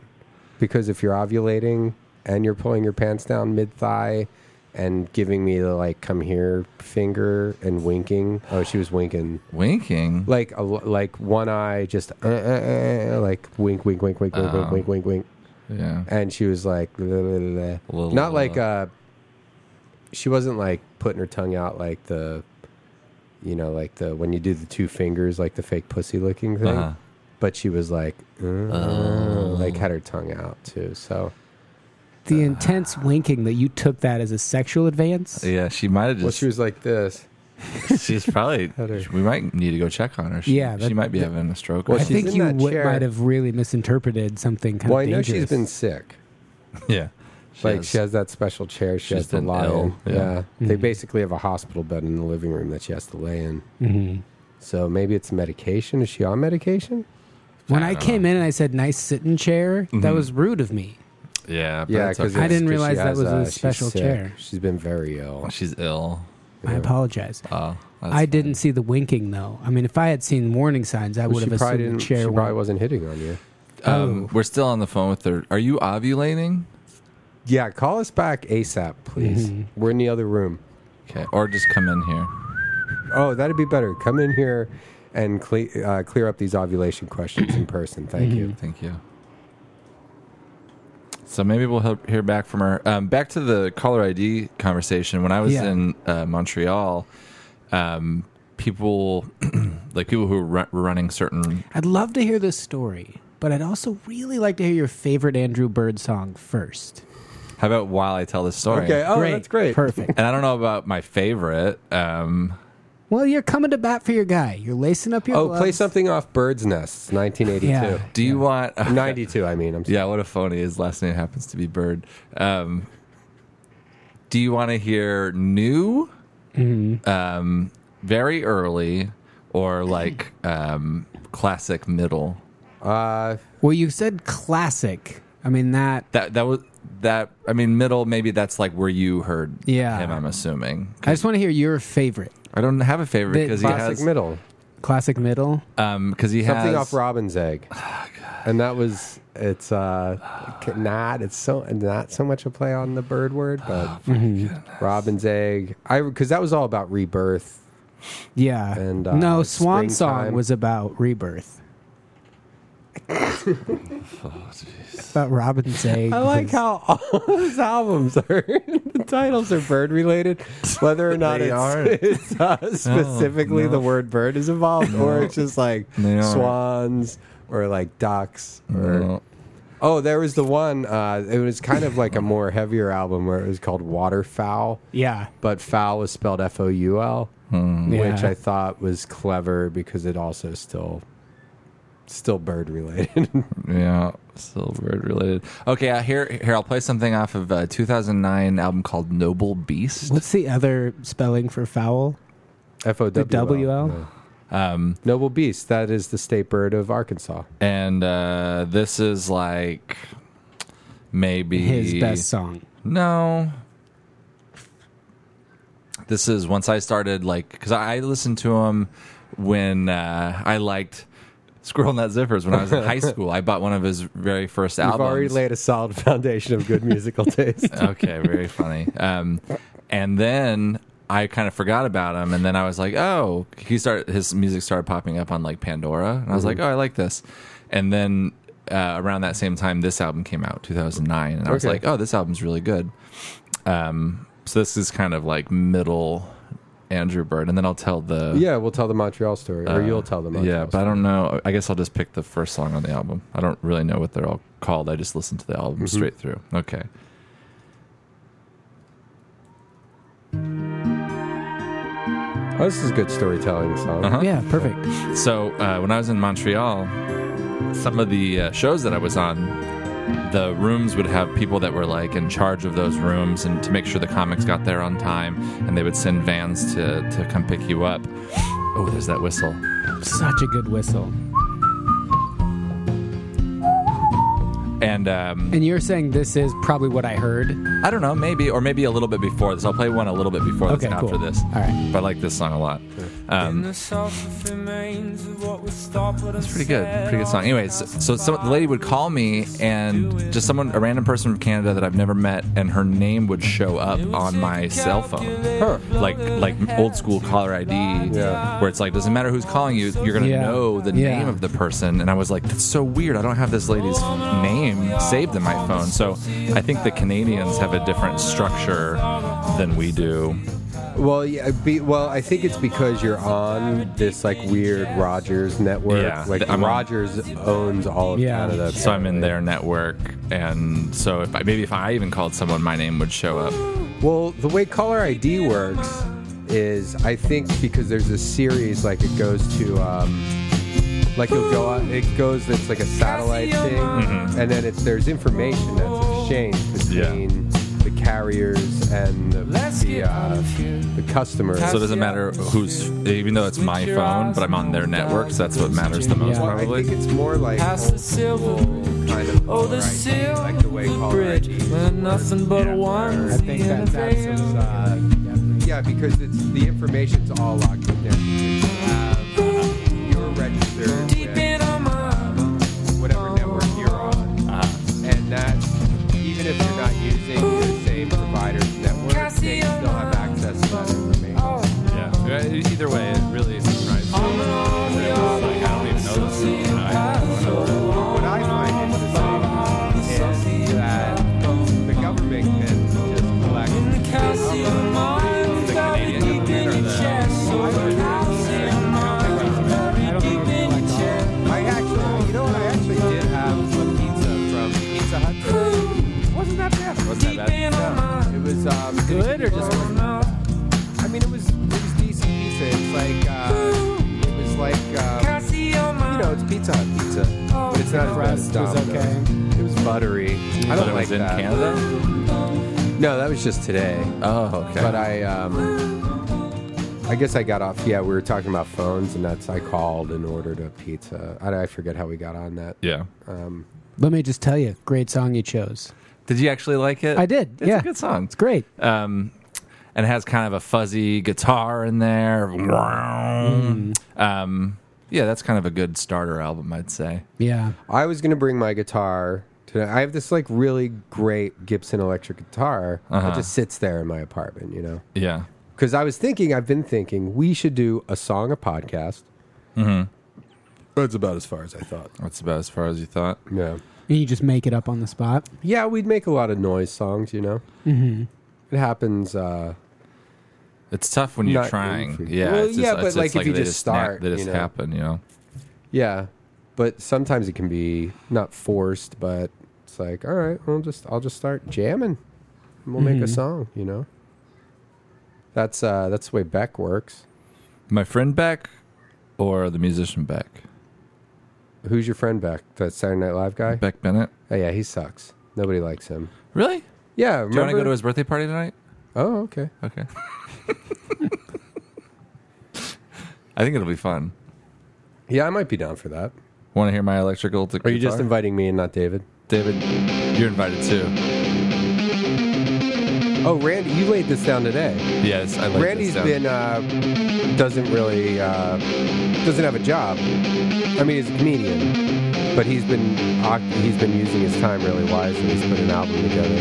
Speaker 2: Because if you're ovulating and you're pulling your pants down mid thigh and giving me the like come here finger and winking. Oh, she was winking.
Speaker 4: Winking.
Speaker 2: Like a, l- like one eye just uh, uh, uh, uh, like wink wink wink wink wink wink wink wink wink
Speaker 4: yeah.
Speaker 2: and she was like "Blah, blah, blah, blah."
Speaker 4: Blah,
Speaker 2: not
Speaker 4: blah,
Speaker 2: like
Speaker 4: blah.
Speaker 2: uh she wasn't like putting her tongue out like the you know like the when you do the two fingers like the fake pussy looking thing
Speaker 4: Uh-huh.
Speaker 2: but she was like "Mm," like
Speaker 3: Oh.
Speaker 2: had her tongue out too so
Speaker 3: The intense winking that you took that as a sexual advance.
Speaker 4: Yeah, she might have
Speaker 2: well
Speaker 4: just.
Speaker 2: she was like this
Speaker 4: she's probably.
Speaker 2: her-
Speaker 4: we might need to go check on her. She,
Speaker 3: Yeah, that-
Speaker 4: she might be having a stroke.
Speaker 2: Well,
Speaker 4: or
Speaker 3: I
Speaker 2: she's
Speaker 3: think
Speaker 2: in
Speaker 3: you
Speaker 2: that
Speaker 3: would,
Speaker 2: chair.
Speaker 3: might have really misinterpreted something kind
Speaker 2: well i
Speaker 3: of
Speaker 2: know
Speaker 3: dangerous.
Speaker 2: she's been sick
Speaker 4: something. yeah,
Speaker 2: like she has that special chair she
Speaker 4: She's
Speaker 2: has to
Speaker 4: been
Speaker 2: lie
Speaker 4: ill,
Speaker 2: in.
Speaker 4: yeah.
Speaker 2: Yeah, they
Speaker 3: Mm-hmm.
Speaker 2: basically have a hospital bed in the living room that she has to lay in. Mm-hmm. So maybe it's medication. Is she on medication?
Speaker 3: when
Speaker 4: I
Speaker 3: I
Speaker 4: don't
Speaker 3: came in and I said "nice sitting chair," that was rude of me.
Speaker 4: Yeah, but
Speaker 2: Yeah,
Speaker 4: it's
Speaker 2: because
Speaker 4: okay.
Speaker 3: I didn't
Speaker 2: she
Speaker 3: realize that
Speaker 2: has,
Speaker 3: was a
Speaker 2: uh, she's
Speaker 3: special
Speaker 2: sick.
Speaker 3: chair.
Speaker 2: She's been very ill.
Speaker 4: she's ill.
Speaker 3: I apologize.
Speaker 4: Oh, that's
Speaker 3: I
Speaker 4: fine.
Speaker 3: didn't see the winking though. I mean, if I had seen warning signs, I would
Speaker 2: she
Speaker 3: have
Speaker 2: probably didn't.
Speaker 3: assumed the chair. Mm-hmm.
Speaker 2: she probably
Speaker 3: went-
Speaker 2: wasn't hitting on you. oh.
Speaker 4: Um, we're still on the phone with her. Are you ovulating?
Speaker 2: Yeah, call us back ASAP, please.
Speaker 3: Mm-hmm.
Speaker 2: We're in the other room.
Speaker 4: Okay, or just come in here.
Speaker 2: Oh, that'd be better. Come in here and cle- uh, clear up these ovulation questions in person. Thank you.
Speaker 4: Thank you. So maybe we'll help hear back from her. Um, back to the caller ID conversation. When I was
Speaker 3: Yeah.
Speaker 4: in uh, Montreal, um, people like people who were ru- were running certain.
Speaker 3: I'd love to hear this story, but I'd also really like to hear your favorite Andrew Bird song first.
Speaker 4: How about while I tell this story?
Speaker 2: Okay. Oh, that's great.
Speaker 3: perfect.
Speaker 4: And I don't know about my favorite. Um,
Speaker 3: well, you're coming to bat for your guy. You're lacing up your.
Speaker 2: Oh, play
Speaker 3: gloves.
Speaker 2: something off Birds Nests, 1982.
Speaker 3: Yeah.
Speaker 4: do you want?
Speaker 2: 92, I mean. I'm sorry.
Speaker 4: Yeah, what a phony. His last name happens to be Bird. Um, do you want to hear new,
Speaker 2: Mm-hmm.
Speaker 4: um, very early, or like um, classic middle?
Speaker 2: Uh,
Speaker 3: Well, you said classic. I mean that.
Speaker 4: That that was that. I mean, middle. Maybe that's like where you heard
Speaker 3: Yeah.
Speaker 4: him. I'm assuming. 'Cause
Speaker 3: I just want to hear your favorite
Speaker 4: I don't have a favorite
Speaker 3: The
Speaker 4: because he
Speaker 2: classic
Speaker 4: has
Speaker 2: middle.
Speaker 3: classic middle.
Speaker 4: um because he
Speaker 2: Something
Speaker 4: has Oh,
Speaker 2: off Robin's Egg. And that was, it's uh, not, it's so, not so much a play on the bird word,
Speaker 4: Oh,
Speaker 2: but Mm-hmm. Robin's Egg. I, cause that was all about rebirth.
Speaker 3: Yeah.
Speaker 2: And, uh,
Speaker 3: no,
Speaker 2: Springtime.
Speaker 3: Swan Song was about rebirth.
Speaker 2: I
Speaker 3: About Robin's eggs.
Speaker 2: I like how all his albums are the titles are bird related, whether or not
Speaker 4: They
Speaker 2: it's,
Speaker 4: are. Oh,
Speaker 2: it's, uh, specifically
Speaker 4: no.
Speaker 2: the word bird is involved, or it's just like
Speaker 4: They are.
Speaker 2: swans or like ducks or.
Speaker 4: No.
Speaker 2: Oh, there was the one. Uh, it was kind of like a more heavier album where it was called Waterfowl,
Speaker 3: Yeah.
Speaker 2: but fowl is spelled F O U L, which
Speaker 3: Yeah.
Speaker 2: I thought was clever because it also still still bird related.
Speaker 4: Yeah, still bird related. Okay, uh, here, here I'll play something off of uh, a 2009 album called Noble Beast.
Speaker 3: What's the other spelling for foul?
Speaker 2: F O W
Speaker 3: WL?
Speaker 2: L. Um, Noble beast. That is the state bird of Arkansas.
Speaker 4: and uh, this is like maybe
Speaker 3: His best song.
Speaker 4: No, this is once I started like because I listened to him when uh, I liked Squirrel Nut Zippers when I was in high school. I bought one of his very first
Speaker 2: You've
Speaker 4: albums.
Speaker 2: already laid a solid foundation of good musical taste.
Speaker 4: okay, very funny. Um, and then I kind of forgot about him, and then I was like, oh, he started his music started popping up on like Pandora, and I was
Speaker 2: Mm-hmm.
Speaker 4: like, oh, I like this. And then uh, around that same time, this album came out, 2009, and I was
Speaker 2: Okay.
Speaker 4: like, oh, this album's really good. Um, so this is kind of like middle Andrew Bird, and then I'll tell the
Speaker 2: yeah, we'll tell the Montreal story, or you'll tell the Montreal.
Speaker 4: Uh, yeah, but I don't know. I guess I'll just pick the first song on the album. I don't really know what they're all called. I just listened to the
Speaker 2: Mm-hmm.
Speaker 4: album straight through. Okay.
Speaker 2: Story. Oh, this is a good storytelling song.
Speaker 4: Uh-huh.
Speaker 3: Yeah, perfect.
Speaker 4: So uh, when I was in Montreal, some of the uh, shows that I was on, the rooms would have people that were like in charge of those rooms and to make sure the comics got there on time, and they would send vans to to come pick you up. Oh, there's that whistle.
Speaker 3: Such a good whistle.
Speaker 4: And um,
Speaker 3: And you're saying this is probably what I heard.
Speaker 4: I don't know, maybe or maybe a little bit before this. I'll play one a little bit before this
Speaker 3: Okay,
Speaker 4: after
Speaker 3: cool.
Speaker 4: this.
Speaker 3: All right.
Speaker 4: But I like this song a lot. Um, It's pretty good. Pretty good song. Anyways, so, so some, the lady would call me, and just someone, a random person from Canada that I've never met, and her name would show up on my cell phone,
Speaker 2: Huh.
Speaker 4: like like old school caller ID,
Speaker 2: Yeah.
Speaker 4: where it's like doesn't matter who's calling you, you're gonna
Speaker 3: Yeah.
Speaker 4: know the
Speaker 3: Yeah.
Speaker 4: name of the person. And I was like, that's so weird. I don't have this lady's name saved in my phone. So I think the Canadians have a different structure than we do.
Speaker 2: Well, yeah, be, well, I think it's because you're on this like weird Rogers network.
Speaker 4: Yeah,
Speaker 2: like
Speaker 4: I'm on-
Speaker 2: Rogers owns all of
Speaker 3: Yeah.
Speaker 2: Canada.
Speaker 4: So I'm in their network, and so if I, maybe if I even called someone, my name would show up.
Speaker 2: Well, the way caller ID works is, I think, because there's a series like it goes to, um, like you'll go on, it goes. It's like a satellite thing, and then it's there's information that's exchanged
Speaker 4: Mm-hmm. Yeah.
Speaker 2: between the carriers and the the, uh, the customers.
Speaker 4: So it doesn't matter who's, even though it's my phone, but I'm on their network, so that's what matters the most,
Speaker 3: Yeah.
Speaker 2: Well, I think
Speaker 4: probably.
Speaker 2: it's more like
Speaker 6: Past the
Speaker 2: old
Speaker 6: silver
Speaker 2: school kind of
Speaker 6: Oh, the
Speaker 2: caller ID, like the way caller
Speaker 6: bridge.
Speaker 2: ID
Speaker 6: Well, nothing but a one.
Speaker 2: I think that's absolutely. Uh, yeah, because it's the information's all locked in there. You have, you're registered
Speaker 6: Deep in
Speaker 2: with
Speaker 6: our mind.
Speaker 2: whatever network you're on,
Speaker 6: Uh-huh.
Speaker 2: and that even if you're not using the same provider's network, they still have access to that information.
Speaker 6: Oh,
Speaker 4: Yeah. Either way, it really surprised me.
Speaker 6: oh,
Speaker 2: What I find interesting is that the government can just collect
Speaker 6: Calcium mine.
Speaker 2: the Canadian government or
Speaker 3: I don't think it's like that.
Speaker 2: I actually, you know what? I actually did have a pizza from Pizza Hut. Wasn't that bad? Wasn't that bad? No, it was um, good or just? I mean, it was it was decent pizza. It's like uh, it was like um, you know, it's Pizza Hut pizza. But it's not as
Speaker 3: Crust
Speaker 2: bad as
Speaker 3: was
Speaker 2: Domino's. It was buttery. I
Speaker 4: But
Speaker 2: don't
Speaker 4: it
Speaker 2: like
Speaker 4: was in
Speaker 2: that.
Speaker 4: Canada?
Speaker 2: No, that was just today.
Speaker 4: Oh, okay.
Speaker 2: But I, um, I guess I got off. Yeah, we were talking about phones, and that's I called and ordered a pizza. I, I forget how we got on that.
Speaker 4: yeah.
Speaker 3: Let me just tell you, great song you chose.
Speaker 4: Did you actually like it?
Speaker 3: I did.
Speaker 4: It's
Speaker 3: yeah.
Speaker 4: a good song.
Speaker 3: It's great.
Speaker 2: Uh,
Speaker 4: um, and it has kind of a fuzzy guitar in there. Um, yeah, that's kind of a good starter album, I'd say.
Speaker 3: Yeah.
Speaker 2: I was gonna bring my guitar today. I have this like really great Gibson electric guitar
Speaker 4: Uh-huh.
Speaker 2: that just sits there in my apartment, you know.
Speaker 4: Yeah. Mm-hmm.
Speaker 2: Because I was thinking, I've been thinking, we should do a song, a podcast, That's about as far as I thought.
Speaker 4: That's about as far as you thought.
Speaker 2: Yeah.
Speaker 3: And you just make it up on the spot.
Speaker 2: Yeah, we'd make a lot of noise songs, you know? Mm-hmm. It happens. Uh,
Speaker 4: It's tough when you're
Speaker 2: Not
Speaker 4: trying.
Speaker 2: infrequent.
Speaker 4: Yeah,
Speaker 2: Well,
Speaker 4: it's just,
Speaker 2: yeah,
Speaker 4: it's
Speaker 2: but, like, if you
Speaker 4: they
Speaker 2: just
Speaker 4: na-
Speaker 2: start,
Speaker 4: they
Speaker 2: you
Speaker 4: just
Speaker 2: know.
Speaker 4: happen. You know,
Speaker 2: yeah. But sometimes it can be not forced, but it's like, all right, we'll just, I'll just start jamming and we'll make a song, you know? That's, uh, that's the way Beck works.
Speaker 4: my friend Beck or the musician Beck,
Speaker 2: Who's your friend Beck? That Saturday Night Live guy?
Speaker 4: Beck Bennett.
Speaker 2: Oh, yeah, he sucks. Nobody likes him.
Speaker 4: Really?
Speaker 2: Yeah,
Speaker 4: Do you want
Speaker 2: remember?
Speaker 4: to go to his birthday party tonight?
Speaker 2: oh, okay.
Speaker 4: Okay. I think it'll be fun.
Speaker 2: Yeah, I might be down for that.
Speaker 4: Want to hear my electrical? tic-
Speaker 2: Are you just
Speaker 4: guitar?
Speaker 2: inviting me and not David?
Speaker 4: David? You're invited too.
Speaker 2: Oh, Randy, you laid this down today.
Speaker 4: Yes, I like
Speaker 2: Randy's
Speaker 4: this down.
Speaker 2: been uh, doesn't really uh, doesn't have a job. I mean, he's a comedian, but he's been oc- he's been using his time really wisely. He's put an album together.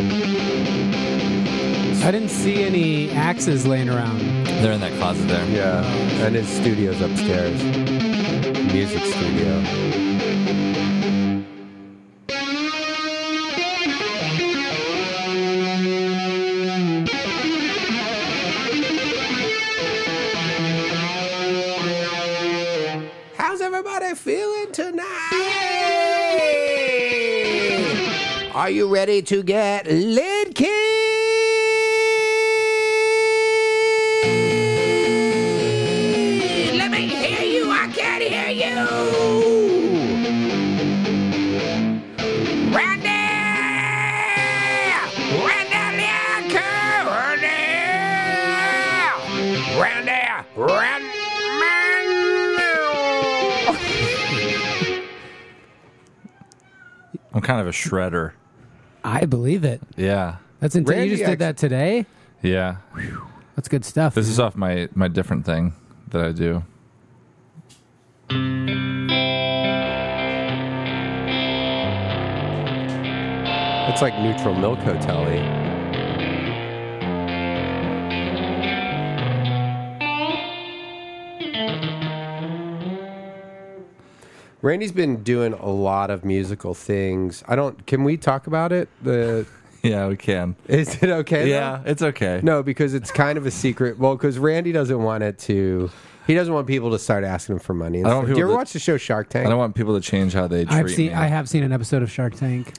Speaker 3: I didn't see any axes laying around.
Speaker 4: They're in that closet there.
Speaker 2: Yeah, and his studio's upstairs, music studio. How's everybody feeling tonight? Are you ready to get Lidkin? Let me hear you. I can't hear you. Randy! Randy Lidkin! Randy! Randy! Randy!
Speaker 4: I'm kind of a shredder.
Speaker 3: I believe it.
Speaker 4: Yeah.
Speaker 3: That's intense.
Speaker 2: Randy
Speaker 3: You just
Speaker 2: ax-
Speaker 3: did that today.
Speaker 4: Yeah.
Speaker 3: That's good stuff.
Speaker 4: This is off my my different thing that I do.
Speaker 2: It's like Neutral Milk Hotel Randy's been doing a lot of musical things. I don't. Can we talk about it? The
Speaker 4: Yeah, we can.
Speaker 2: is it okay? though?
Speaker 4: Yeah, it's okay.
Speaker 2: No, because it's kind of a secret. Well, because Randy doesn't want it to. He doesn't want people to start asking him for money.
Speaker 4: I don't want
Speaker 2: do you
Speaker 4: people
Speaker 2: ever
Speaker 4: to-
Speaker 2: watch the show Shark Tank?
Speaker 4: I don't want people to change how they treat
Speaker 3: I've seen.
Speaker 4: me.
Speaker 3: I have seen an episode of Shark Tank.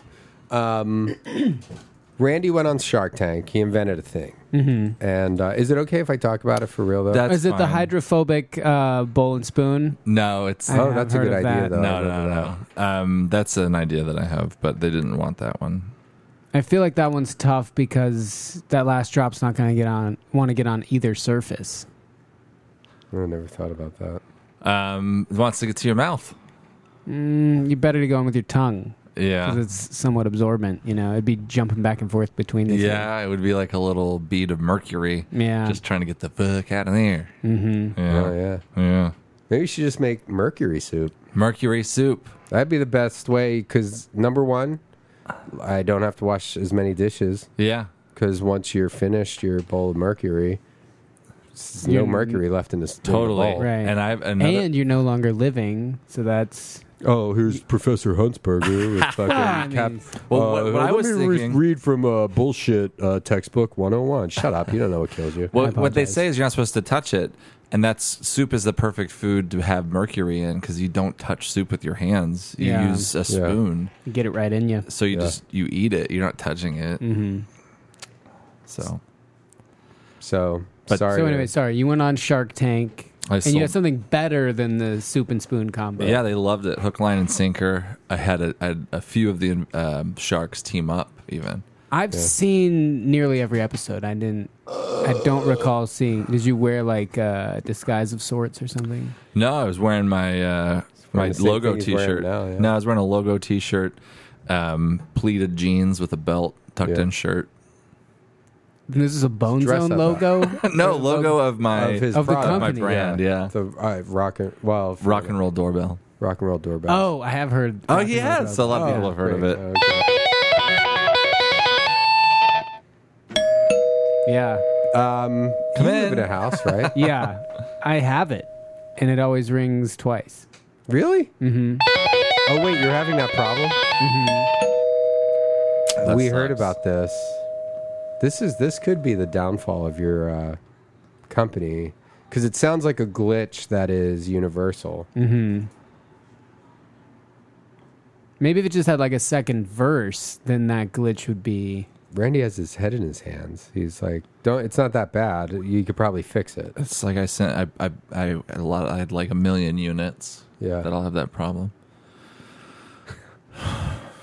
Speaker 2: Randy went on Shark Tank. He invented a thing. Mm-hmm. And uh, is it okay if I talk about it for real though?
Speaker 4: That's
Speaker 3: is it the
Speaker 4: fine.
Speaker 3: hydrophobic uh, bowl and spoon?
Speaker 4: No, it's
Speaker 3: I
Speaker 2: oh,
Speaker 3: have
Speaker 2: that's a
Speaker 3: heard
Speaker 2: good
Speaker 3: of
Speaker 2: idea
Speaker 3: that.
Speaker 2: though. I
Speaker 4: no,
Speaker 2: remember that.
Speaker 4: no, no. Um, that's an idea that I have, but they didn't want that one.
Speaker 3: I feel like that one's tough because that last drop's not going to get on. Want to get on either surface?
Speaker 2: I never thought about that.
Speaker 4: Um, it wants to get to your mouth.
Speaker 3: Mm, You better to go in with your tongue because
Speaker 4: Yeah,
Speaker 3: it's somewhat absorbent. You know, it'd be jumping back and forth between these.
Speaker 4: yeah. It would be like a little bead of mercury.
Speaker 3: Yeah.
Speaker 4: just trying to get the fuck out of there. Mm-hmm. Yeah,
Speaker 2: Oh yeah.
Speaker 4: yeah.
Speaker 2: Maybe you should just make mercury soup.
Speaker 4: Mercury soup.
Speaker 2: That'd be the best way because number one, I don't have to wash as many dishes
Speaker 4: Yeah,
Speaker 2: because once you're finished your bowl of mercury, there's no
Speaker 3: You're-
Speaker 2: mercury left in this in the
Speaker 4: totally.
Speaker 2: bowl.
Speaker 3: Right.
Speaker 4: And I've another.
Speaker 3: and you're no longer living, so that's
Speaker 2: Oh, here's Professor Huntsberger with fucking
Speaker 3: I
Speaker 2: cap- Uh,
Speaker 3: mean,
Speaker 4: well, what, what I was thinking.
Speaker 2: read from uh, bullshit uh, textbook 101. Shut up. You don't know what kills you.
Speaker 4: What, what they
Speaker 3: apologize.
Speaker 4: say is you're not supposed to touch it, and that's soup is the perfect food to have mercury in because you don't touch soup with your hands. You
Speaker 3: Yeah.
Speaker 4: use a spoon,
Speaker 3: get it right in you.
Speaker 4: so you
Speaker 2: Yeah.
Speaker 4: just you eat it. You're not touching it. Mm-hmm. So
Speaker 2: So,
Speaker 4: But-
Speaker 2: sorry.
Speaker 3: So anyway, sorry, you went on Shark Tank,
Speaker 4: I
Speaker 3: and
Speaker 4: sold-
Speaker 3: you had something better than the soup and spoon combo.
Speaker 4: yeah, they loved it. Hook, line, and sinker. I had a, I had a few of the um, sharks team up even.
Speaker 3: I've seen nearly every episode. I didn't. I don't recall seeing. Did you wear like uh, a disguise of sorts or something?
Speaker 4: No, I was wearing my uh, my
Speaker 2: wearing the same
Speaker 4: logo
Speaker 2: thing he's wearing
Speaker 4: T-shirt.
Speaker 2: now, yeah.
Speaker 4: No, I was wearing a logo T-shirt, um, pleated jeans with a belt, tucked
Speaker 2: Yeah.
Speaker 4: in shirt.
Speaker 3: And this is a Bone
Speaker 2: Dress
Speaker 3: Zone
Speaker 2: up.
Speaker 3: logo
Speaker 4: No logo of my
Speaker 2: of his
Speaker 3: of the
Speaker 2: product.
Speaker 4: my
Speaker 3: company.
Speaker 4: brand. Yeah,
Speaker 2: The uh, rock and well, for-
Speaker 4: rock and roll doorbell.
Speaker 2: rock and roll doorbell.
Speaker 3: Oh, I have heard.
Speaker 4: Oh, he has. A lot of people have heard of it.
Speaker 3: Yeah,
Speaker 2: Um, you
Speaker 4: Come
Speaker 2: live
Speaker 4: in.
Speaker 2: in a house, right?
Speaker 3: yeah, I have it, and it always rings twice.
Speaker 2: Really? Mm-hmm. Oh wait, you're having that problem.
Speaker 4: That
Speaker 2: we heard
Speaker 4: Mm-hmm. sucks.
Speaker 2: about this. This is this could be the downfall of your uh, company because it sounds like a glitch that is universal.
Speaker 4: Mm-hmm.
Speaker 3: Maybe if it just had like a second verse, then that glitch would be.
Speaker 2: Randy has his head in his hands. He's like, "Don't. It's not that bad. You could probably fix it."
Speaker 4: It's like I sent I I, I a lot I had like a million units.
Speaker 2: Yeah.
Speaker 4: That'll have that problem.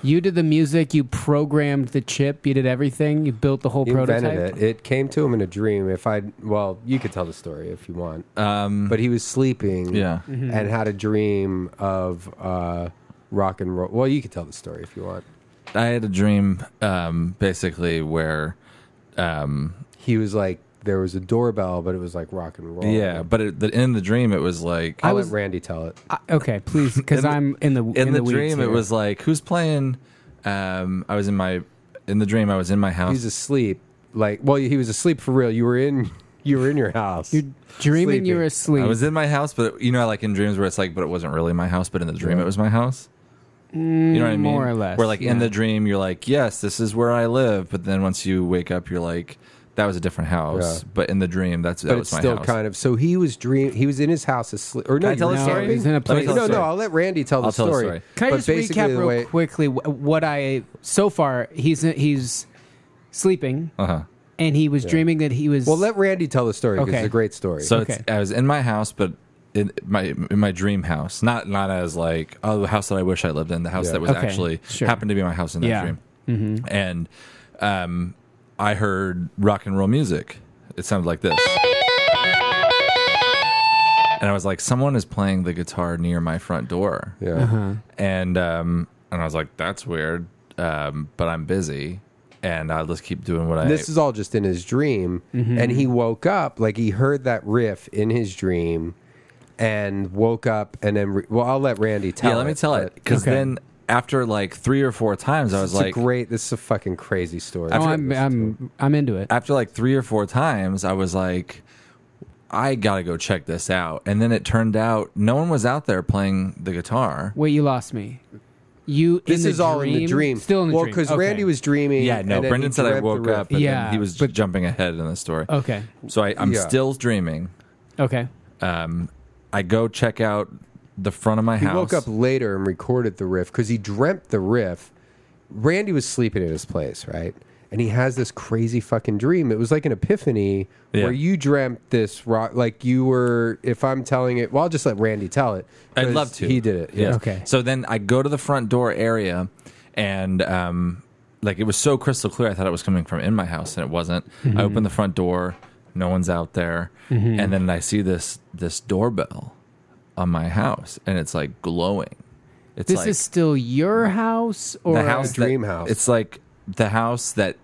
Speaker 3: You did the music, you programmed the chip, you did everything, you built the whole
Speaker 2: He invented
Speaker 3: prototype.
Speaker 2: it. It came to him in a dream. If I, well, you could tell the story if you want.
Speaker 4: Um
Speaker 2: but he was sleeping.
Speaker 4: Yeah.
Speaker 3: Mm-hmm.
Speaker 2: And had a dream of uh, rock and roll. Well, you could tell the story if you want.
Speaker 4: I had a dream um basically where um
Speaker 2: He was like, there was a doorbell, but it was like rock and roll.
Speaker 4: yeah, but it, the, in the dream it was like
Speaker 2: I'll let Randy tell it.
Speaker 3: I- okay, please, because
Speaker 4: In the-
Speaker 3: I'm in the
Speaker 4: in, the,
Speaker 3: weeds
Speaker 4: dream it
Speaker 3: here.
Speaker 4: was like who's playing um I was in my in the dream I was in my house.
Speaker 2: He's asleep. Like, well, he was asleep for real. You were in, you were in your house.
Speaker 3: You're dreaming
Speaker 2: sleeping.
Speaker 3: you're asleep.
Speaker 4: I was in my house, but you know, like in dreams where it's like, but it wasn't really my house, but in the dream it was my house. you know what I mean?
Speaker 3: more or less,
Speaker 4: Where like in
Speaker 3: yeah.
Speaker 4: the dream you're like, yes, this is where I live, but then once you wake up, you're like, that was a different house.
Speaker 2: Yeah.
Speaker 4: But in the dream, that's that
Speaker 2: but
Speaker 4: was
Speaker 2: it's
Speaker 4: my
Speaker 2: still
Speaker 4: house.
Speaker 2: kind of. So he was dream. He was in his house asleep. Or no,
Speaker 4: I
Speaker 2: you
Speaker 4: tell
Speaker 2: were
Speaker 4: the
Speaker 3: No,
Speaker 4: story?
Speaker 2: camping?
Speaker 3: he's in a
Speaker 4: Let me
Speaker 3: place-
Speaker 4: tell the
Speaker 2: no, no.
Speaker 4: story.
Speaker 2: I'll let Randy tell the
Speaker 4: I'll tell the
Speaker 2: story.
Speaker 4: story.
Speaker 3: Can I
Speaker 2: but
Speaker 3: just
Speaker 2: basically
Speaker 3: recap
Speaker 2: the
Speaker 3: real
Speaker 2: way-
Speaker 3: quickly wh- what I so far he's he's sleeping
Speaker 4: Uh-huh.
Speaker 3: and he was dreaming that he was
Speaker 2: Well, let Randy tell the story because
Speaker 3: Okay.
Speaker 2: it's a great story.
Speaker 4: So
Speaker 3: Okay.
Speaker 4: it's, I was in my house, but in my in my dream house, not not as like oh the house that I wish I lived in, the house
Speaker 2: Yeah.
Speaker 4: that was
Speaker 3: Okay,
Speaker 4: actually
Speaker 3: sure.
Speaker 4: happened to be my house in that
Speaker 3: Yeah. Mm-hmm.
Speaker 4: dream. And um, I heard rock and roll music. It sounded like this. And I was like, someone is playing the guitar near my front door
Speaker 2: yeah.
Speaker 3: Uh-huh.
Speaker 4: and um, and I was like, that's weird, um, but I'm busy, and I'll just keep doing what I.
Speaker 2: This is all just in his dream,
Speaker 3: Mm-hmm.
Speaker 2: and he woke up like he heard that riff in his dream, and woke up, and then re- well, I'll let Randy tell.
Speaker 4: yeah, let me tell it
Speaker 2: but
Speaker 4: because
Speaker 3: Okay.
Speaker 4: then after like three or four times, I was
Speaker 2: It's
Speaker 4: like,
Speaker 2: a great. This is a fucking crazy story.
Speaker 3: oh, I'm I'm I'm into it.
Speaker 4: after like three or four times, I was like, I gotta go check this out, and then it turned out no one was out there playing the guitar.
Speaker 3: Wait, you lost me. You in
Speaker 2: this
Speaker 3: the
Speaker 2: is all in the dream.
Speaker 3: Still in the
Speaker 2: well,
Speaker 3: dream.
Speaker 2: because
Speaker 3: okay.
Speaker 2: Randy was dreaming.
Speaker 4: Yeah, no.
Speaker 2: and then
Speaker 4: Brendan
Speaker 2: he
Speaker 4: said I
Speaker 2: dreamt the
Speaker 4: woke
Speaker 2: riff.
Speaker 4: up, but
Speaker 3: Yeah,
Speaker 4: then he was
Speaker 3: but- Oh.
Speaker 4: jumping ahead in the story.
Speaker 3: okay.
Speaker 4: So I, I'm
Speaker 2: Yeah.
Speaker 4: still dreaming.
Speaker 3: Okay.
Speaker 4: Um, I go check out the front of my
Speaker 2: He
Speaker 4: house.
Speaker 2: woke up later and recorded the riff because he dreamt the riff. Randy was sleeping at his place, right? And he has this crazy fucking dream. It was like an epiphany
Speaker 4: Yeah.
Speaker 2: where you dreamt this rock, like you were. If I'm telling it, well, I'll just let Randy tell it.
Speaker 4: I'd
Speaker 2: 'cause
Speaker 4: love to.
Speaker 2: He did it.
Speaker 4: Yes.
Speaker 3: Okay.
Speaker 4: So then I go to the front door area, and um, like it was so crystal clear, I thought it was coming from in my house, and it wasn't.
Speaker 3: Mm-hmm.
Speaker 4: I open the front door, no one's out there, and then I see this this doorbell on my house, and it's like glowing. It's
Speaker 3: This
Speaker 4: like
Speaker 3: is still your house or
Speaker 4: the house, that-
Speaker 2: Dream house.
Speaker 4: It's like the house that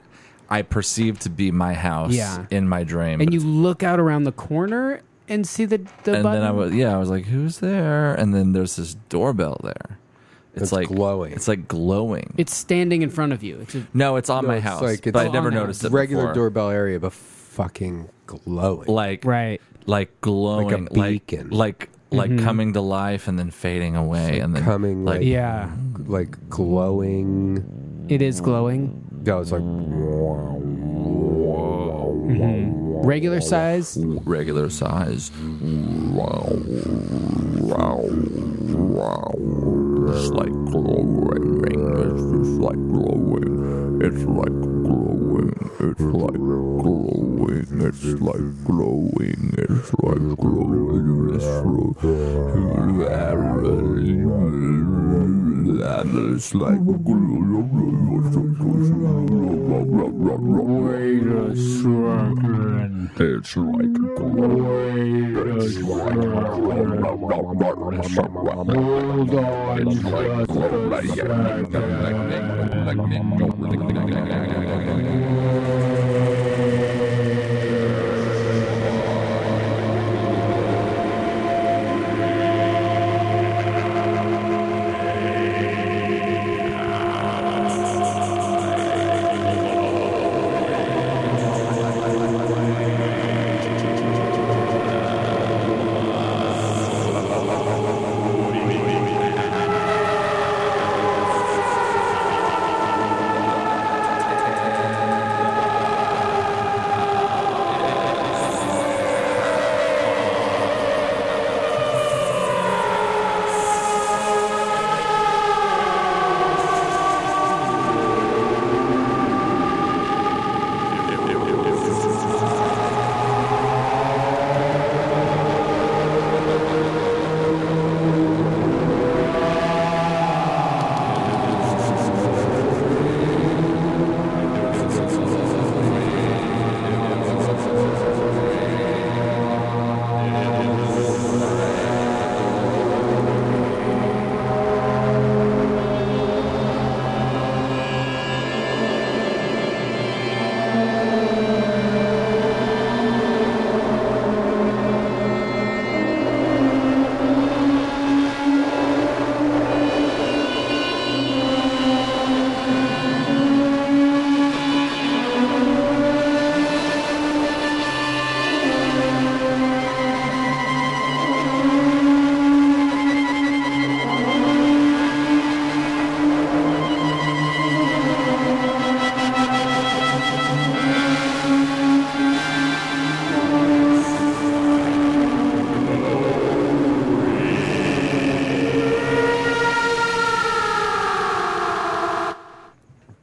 Speaker 4: I perceived to be my house
Speaker 3: Yeah.
Speaker 4: in my dream. but
Speaker 3: and you
Speaker 4: it's
Speaker 3: look out around the corner and see the the
Speaker 4: and
Speaker 3: button.
Speaker 4: then I was yeah, I was like, "Who's there?" And then there's this doorbell there. It's,
Speaker 2: It's
Speaker 4: like
Speaker 2: glowing.
Speaker 4: It's like glowing.
Speaker 3: it's standing in front of you. It's a,
Speaker 4: no, it's on
Speaker 2: No,
Speaker 4: my
Speaker 2: it's
Speaker 4: house,
Speaker 2: like- it's
Speaker 4: but I
Speaker 2: on
Speaker 4: never
Speaker 3: the house.
Speaker 4: noticed it.
Speaker 2: Regular
Speaker 4: before.
Speaker 2: doorbell area, but fucking glowing.
Speaker 4: like
Speaker 3: right.
Speaker 4: like glowing, like
Speaker 2: beacon.
Speaker 4: like like coming to life and then fading away and then
Speaker 2: coming like,
Speaker 3: Mm-hmm. Yeah.
Speaker 2: like glowing.
Speaker 3: It is glowing.
Speaker 2: No, it's like
Speaker 3: Regular size.
Speaker 4: regular size. It's like glowing. It's just like glowing. It's like glowing. It's like glowing. It's like glowing. It's like glowing. It's like it's like it's like glowing. It's like it's like
Speaker 7: Thank you.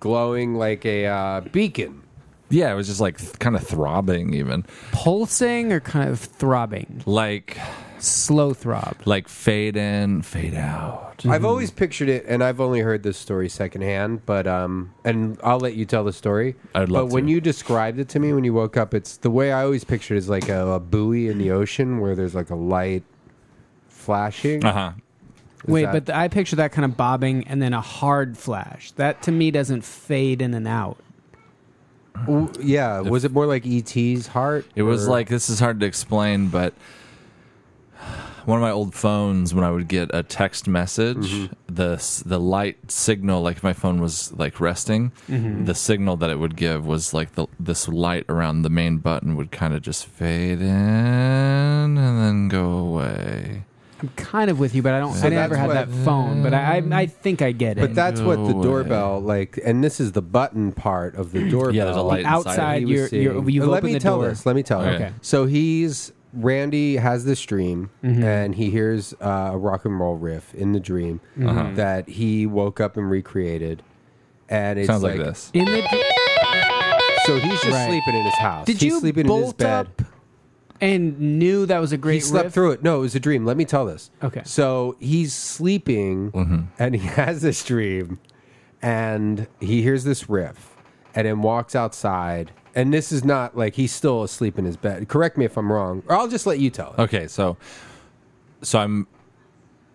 Speaker 2: glowing like a uh, beacon.
Speaker 4: Yeah, it was just like th- kind of throbbing, even
Speaker 3: Pulsing or kind of throbbing?
Speaker 4: like
Speaker 3: Slow throb.
Speaker 4: like fade in, fade out.
Speaker 2: I've always pictured it, and I've only heard this story secondhand. But um, and I'll let you tell the story.
Speaker 4: I'd love
Speaker 2: but when
Speaker 4: to.
Speaker 2: you described it to me when you woke up, it's the way I always pictured it is like a, a buoy in the ocean where there's like a light flashing.
Speaker 4: Uh huh.
Speaker 3: Wait,
Speaker 2: that-
Speaker 3: but th- I picture that kind of bobbing and then a hard flash. That to me doesn't fade in and out.
Speaker 2: W- yeah, was it more like ET's heart?
Speaker 4: It was
Speaker 2: or-
Speaker 4: like this is hard to explain, but one of my old phones when I would get a text message, the s- the light signal like if my phone was like resting, the signal that it would give was like the this light around the main button would kind of just fade in and then go away.
Speaker 3: I'm kind of with you, but I don't. I
Speaker 2: that's
Speaker 3: never had
Speaker 2: what-
Speaker 3: that phone, but I,
Speaker 4: Mm.
Speaker 3: I I think I get it.
Speaker 2: But that's what the
Speaker 4: No way.
Speaker 2: doorbell like, and this is the button part of the doorbell.
Speaker 4: Yeah, there's a light inside.
Speaker 3: outside
Speaker 2: he was
Speaker 3: your, your
Speaker 2: seeing.
Speaker 3: you've
Speaker 2: Let
Speaker 3: opened
Speaker 2: me
Speaker 3: the
Speaker 2: tell
Speaker 3: door.
Speaker 2: this. Let me tell you.
Speaker 4: Okay.
Speaker 2: So he's Randy has this dream,
Speaker 3: Mm-hmm.
Speaker 2: and he hears uh, a rock and roll riff in the dream
Speaker 3: Mm-hmm. Uh-huh.
Speaker 2: that he woke up and recreated. And it
Speaker 4: Sounds like, this.
Speaker 3: In the d-
Speaker 2: So he's just
Speaker 3: Right.
Speaker 2: sleeping in his house.
Speaker 3: did
Speaker 2: he's
Speaker 3: you
Speaker 2: sleeping
Speaker 3: bolt
Speaker 2: in his bed.
Speaker 3: up and knew that was a great
Speaker 2: He slept
Speaker 3: riff?
Speaker 2: through it. No, it was a dream. Let me tell this.
Speaker 3: Okay.
Speaker 2: So he's sleeping
Speaker 4: Mm-hmm.
Speaker 2: and he has this dream and he hears this riff and then walks outside. And this is not like he's still asleep in his bed. Correct me if I'm wrong, or I'll just let you tell it.
Speaker 4: Okay, so so I'm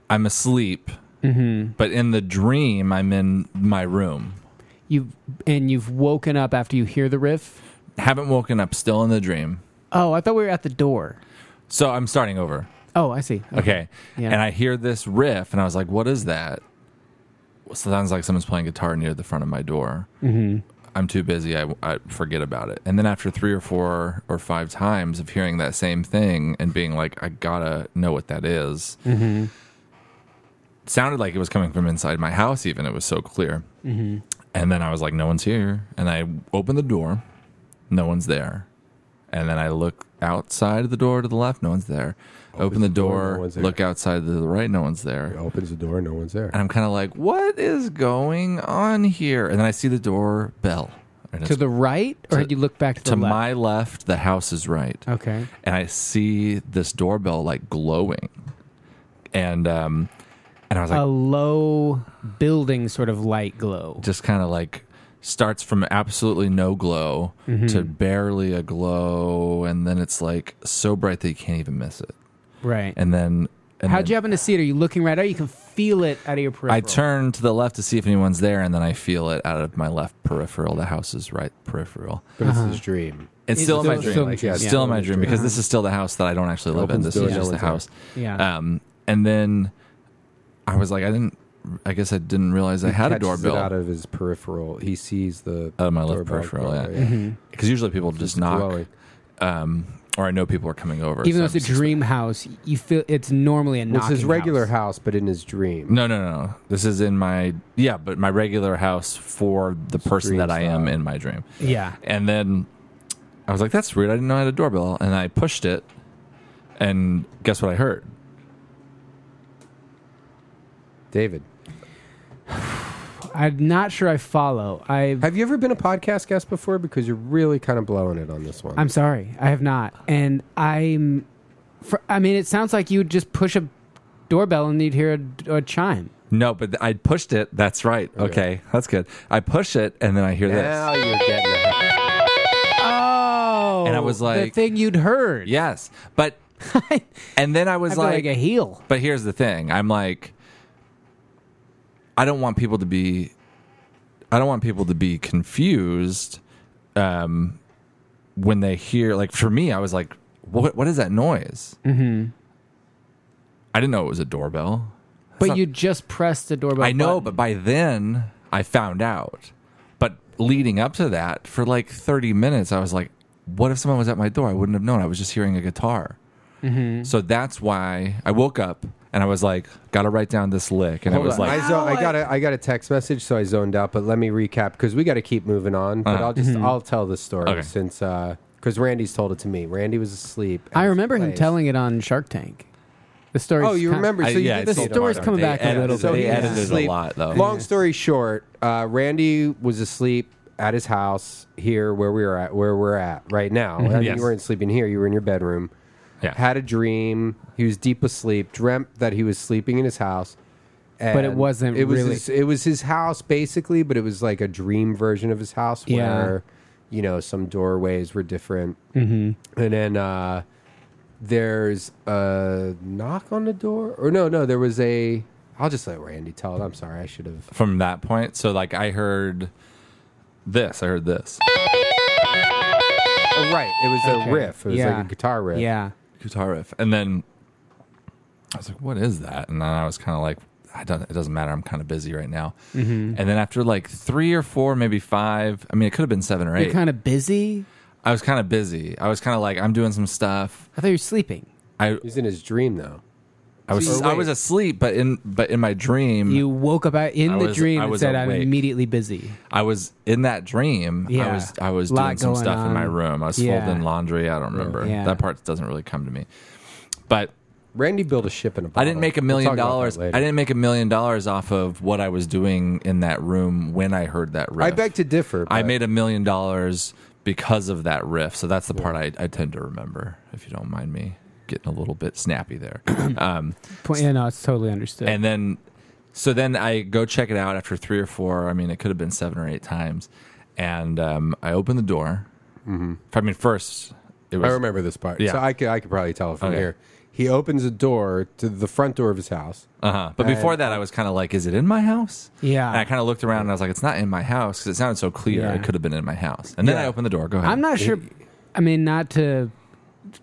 Speaker 4: I'm asleep, but in the dream I'm in my room.
Speaker 3: You and you've woken up after you hear the riff.
Speaker 4: Haven't woken up, still in the dream.
Speaker 3: Oh, I thought we were at the door.
Speaker 4: So I'm starting over.
Speaker 3: Oh, I see.
Speaker 4: Okay.
Speaker 3: Yeah.
Speaker 4: And I hear this riff, and I was like, what is that? Well, sounds like someone's playing guitar near the front of my door. Mm-hmm. I'm too busy. I, I forget about it. And then after three or four or five times of hearing that same thing and being like, I gotta know what that is," sounded like it was coming from inside my house, even. It was so clear. Mm-hmm. And then I was like, no one's here. And I opened the door, no one's there. And then I look outside the door to the left, no one's there. Open the
Speaker 2: the door, no
Speaker 4: door,
Speaker 2: one's there.
Speaker 4: look outside to the right, no one's there.
Speaker 2: Opens the door, no one's there.
Speaker 4: And I'm kind of like, what is going on here? And then I see the door bell. And
Speaker 3: To
Speaker 4: it's
Speaker 3: the right, or
Speaker 4: To-
Speaker 3: had you looked back to the
Speaker 4: to
Speaker 3: left?
Speaker 4: my left, the house is right.
Speaker 3: okay.
Speaker 4: And I see this doorbell like glowing. And um and I was like,
Speaker 3: a low building sort of light glow.
Speaker 4: just kind of like starts from absolutely no glow
Speaker 3: Mm-hmm.
Speaker 4: to barely a glow and then it's like so bright that you can't even miss it.
Speaker 3: Right.
Speaker 4: And then and
Speaker 3: How'd
Speaker 4: then-
Speaker 3: you happen to see it? Are you looking right at it? You can feel it out of your peripheral.
Speaker 4: I turn to the left to see if anyone's there, and then I feel it out of my left peripheral. The house is right peripheral.
Speaker 2: but it's his dream.
Speaker 4: It's,
Speaker 3: It's
Speaker 4: still, in my
Speaker 3: still-
Speaker 4: dream.
Speaker 3: still in
Speaker 4: Like,
Speaker 3: the
Speaker 4: it's
Speaker 3: dream.
Speaker 4: still
Speaker 2: Yeah. Uh-huh.
Speaker 4: in my dream because this is still the house that I don't actually live in.
Speaker 2: Opens
Speaker 4: This
Speaker 2: the
Speaker 4: is
Speaker 2: door,
Speaker 4: just
Speaker 2: no
Speaker 4: the
Speaker 2: one's
Speaker 4: house.
Speaker 3: Yeah.
Speaker 4: Um, and then I was like, I didn't. I guess I didn't realize I had
Speaker 2: Catches
Speaker 4: a
Speaker 2: it
Speaker 4: doorbell
Speaker 2: out
Speaker 4: out
Speaker 2: of his peripheral. He sees the
Speaker 4: of my left
Speaker 2: doorbell
Speaker 4: peripheral.
Speaker 2: glow,
Speaker 4: Yeah, because
Speaker 3: Mm-hmm.
Speaker 4: usually people just knock,
Speaker 2: glowing.
Speaker 4: um, or I know people are coming over.
Speaker 3: Even though
Speaker 4: so
Speaker 3: it's a
Speaker 4: I'm just-
Speaker 3: dream house, you feel it's normally a
Speaker 2: It's
Speaker 3: knocking
Speaker 2: his regular
Speaker 3: house.
Speaker 2: house, but in his dream.
Speaker 4: No, no, no. This is in my yeah, but my regular house for the person
Speaker 2: Dream
Speaker 4: that I am
Speaker 2: style.
Speaker 4: in my dream.
Speaker 3: Yeah.
Speaker 4: And then I was like, that's weird. I didn't know I had a doorbell. And I pushed it. And guess what I heard?
Speaker 2: David,
Speaker 3: I'm not sure I follow. I
Speaker 2: have you ever been a podcast guest before? Because you're really kind of blowing it on this one.
Speaker 3: I'm sorry. I have not. And I'm for, I mean it sounds like you would just push a doorbell and you'd hear a, a chime.
Speaker 4: No, but I pushed it. That's right. Okay. That's good. I push it. And then I hear
Speaker 2: Now
Speaker 4: this.
Speaker 2: you're getting it.
Speaker 3: Oh.
Speaker 4: And I was
Speaker 3: the
Speaker 4: like-
Speaker 3: thing you'd heard.
Speaker 4: Yes. But, and then I
Speaker 3: I
Speaker 4: was
Speaker 3: feel like,
Speaker 4: like,
Speaker 3: a heel.
Speaker 4: but here's the thing I'm like, I don't want people to be, I don't want people to be confused um, when they hear, like, for me, I was like, what, what is that noise? Mm-hmm. I didn't know it was a doorbell.
Speaker 3: But
Speaker 4: not-
Speaker 3: you just pressed the doorbell.
Speaker 4: I know,
Speaker 3: button.
Speaker 4: but by then I found out. But leading up to that, for like 30 minutes, I was like, what if someone was at my door? I wouldn't have known. I was just hearing a guitar.
Speaker 2: Mm-hmm.
Speaker 4: So that's why I woke up and I was like, gotta write down this lick. And
Speaker 2: Hold
Speaker 4: it was
Speaker 2: on.
Speaker 4: like,
Speaker 2: I, zo- I got a I got a text message, so I zoned out. But let me recap because we got to keep moving on. But
Speaker 4: Uh-huh.
Speaker 2: I'll just I'll tell the story
Speaker 4: Okay.
Speaker 2: since uh, because Randy's told it to me. Randy was asleep. at
Speaker 3: I
Speaker 2: his
Speaker 3: remember him
Speaker 2: place.
Speaker 3: telling it on Shark Tank. The story.
Speaker 2: Oh, you remember? So
Speaker 4: I-
Speaker 2: you
Speaker 4: yeah,
Speaker 2: did
Speaker 4: I
Speaker 2: this
Speaker 4: see it
Speaker 3: The story's
Speaker 4: tomorrow.
Speaker 3: coming
Speaker 4: They
Speaker 3: back a
Speaker 4: edit-
Speaker 3: little
Speaker 4: so
Speaker 3: bit,
Speaker 4: They
Speaker 3: yeah.
Speaker 4: edited
Speaker 2: asleep.
Speaker 4: a lot though.
Speaker 2: Long story short, uh, Randy was asleep at his house here, where we were at, where we're at right now. I mean,
Speaker 4: Mm-hmm. Yes.
Speaker 2: you weren't sleeping here; you were in your bedroom.
Speaker 4: Yeah.
Speaker 2: Had a dream. He was deep asleep. Dreamt that he was sleeping in his house.
Speaker 3: But it
Speaker 2: and
Speaker 3: wasn't
Speaker 2: It was
Speaker 3: really-
Speaker 2: his, it was his house basically, but it was like a dream version of his house
Speaker 3: Yeah.
Speaker 2: where you know some doorways were different,
Speaker 3: Mm-hmm.
Speaker 2: and then. uh there's a knock on the door or no no there was a i'll just let randy tell it i'm sorry i should have
Speaker 4: from that point. So like I heard this, I heard this
Speaker 2: oh, right it was
Speaker 3: Okay.
Speaker 2: a riff it was
Speaker 3: Yeah.
Speaker 2: like a guitar riff
Speaker 3: Yeah.
Speaker 4: guitar riff, and then I was like, "What is that?" And then I was kind of like, "I don't. It doesn't matter. I'm kind of busy right now."
Speaker 3: Mm-hmm.
Speaker 4: And then after like three or four, maybe five. I mean, it could have been seven or
Speaker 3: You're
Speaker 4: eight.
Speaker 3: kind of busy.
Speaker 4: I was kind of busy. I was kind of like, I'm doing some stuff.
Speaker 3: I thought you were sleeping.
Speaker 4: I
Speaker 2: he was in his dream though
Speaker 4: I was
Speaker 2: So you-
Speaker 4: I was asleep, but in but in my dream,
Speaker 3: You woke up out- in
Speaker 4: Mm. I
Speaker 3: the
Speaker 4: was-
Speaker 3: dream
Speaker 4: I
Speaker 3: and
Speaker 4: was
Speaker 3: said, "I'm
Speaker 4: awake.
Speaker 3: immediately busy."
Speaker 4: I was in that dream.
Speaker 3: Yeah.
Speaker 4: I was I was
Speaker 3: Lot
Speaker 4: doing some
Speaker 3: going
Speaker 4: stuff
Speaker 3: on.
Speaker 4: in my room. I was
Speaker 3: Yeah.
Speaker 4: folding laundry. I don't remember.
Speaker 3: Yeah.
Speaker 4: That part doesn't really come to me. But
Speaker 2: randy built a ship in a bottle
Speaker 4: I didn't make a
Speaker 2: We'll
Speaker 4: million
Speaker 2: talk about that
Speaker 4: dollars. I
Speaker 2: later.
Speaker 4: didn't make a million dollars off of what I was doing in that room when I heard that riff.
Speaker 2: i beg to differ
Speaker 4: I
Speaker 2: but-
Speaker 4: made a million dollars because of that riff. So that's the part I, I tend to remember. If you don't mind me getting a little bit snappy there. um,
Speaker 3: Point, yeah, no, it's totally understood.
Speaker 4: and then so then I go check it out after three or four. I mean, it could have been seven or eight times. And um, I open the door. I mean, first it was
Speaker 2: Mm-hmm. I remember this part
Speaker 4: Yeah.
Speaker 2: so i could i could probably tell it from
Speaker 4: Okay.
Speaker 2: here he opens a door to the front door of his house
Speaker 4: Uh-huh. But before that, I was kind of like, "Is it in my house?"
Speaker 3: Yeah.
Speaker 4: And I kind of looked around and I was like, "It's not in my house" because it sounded so clear.
Speaker 3: Yeah.
Speaker 4: It could have been in my house. And then I opened the door. Go ahead.
Speaker 3: I'm not sure. I mean, not to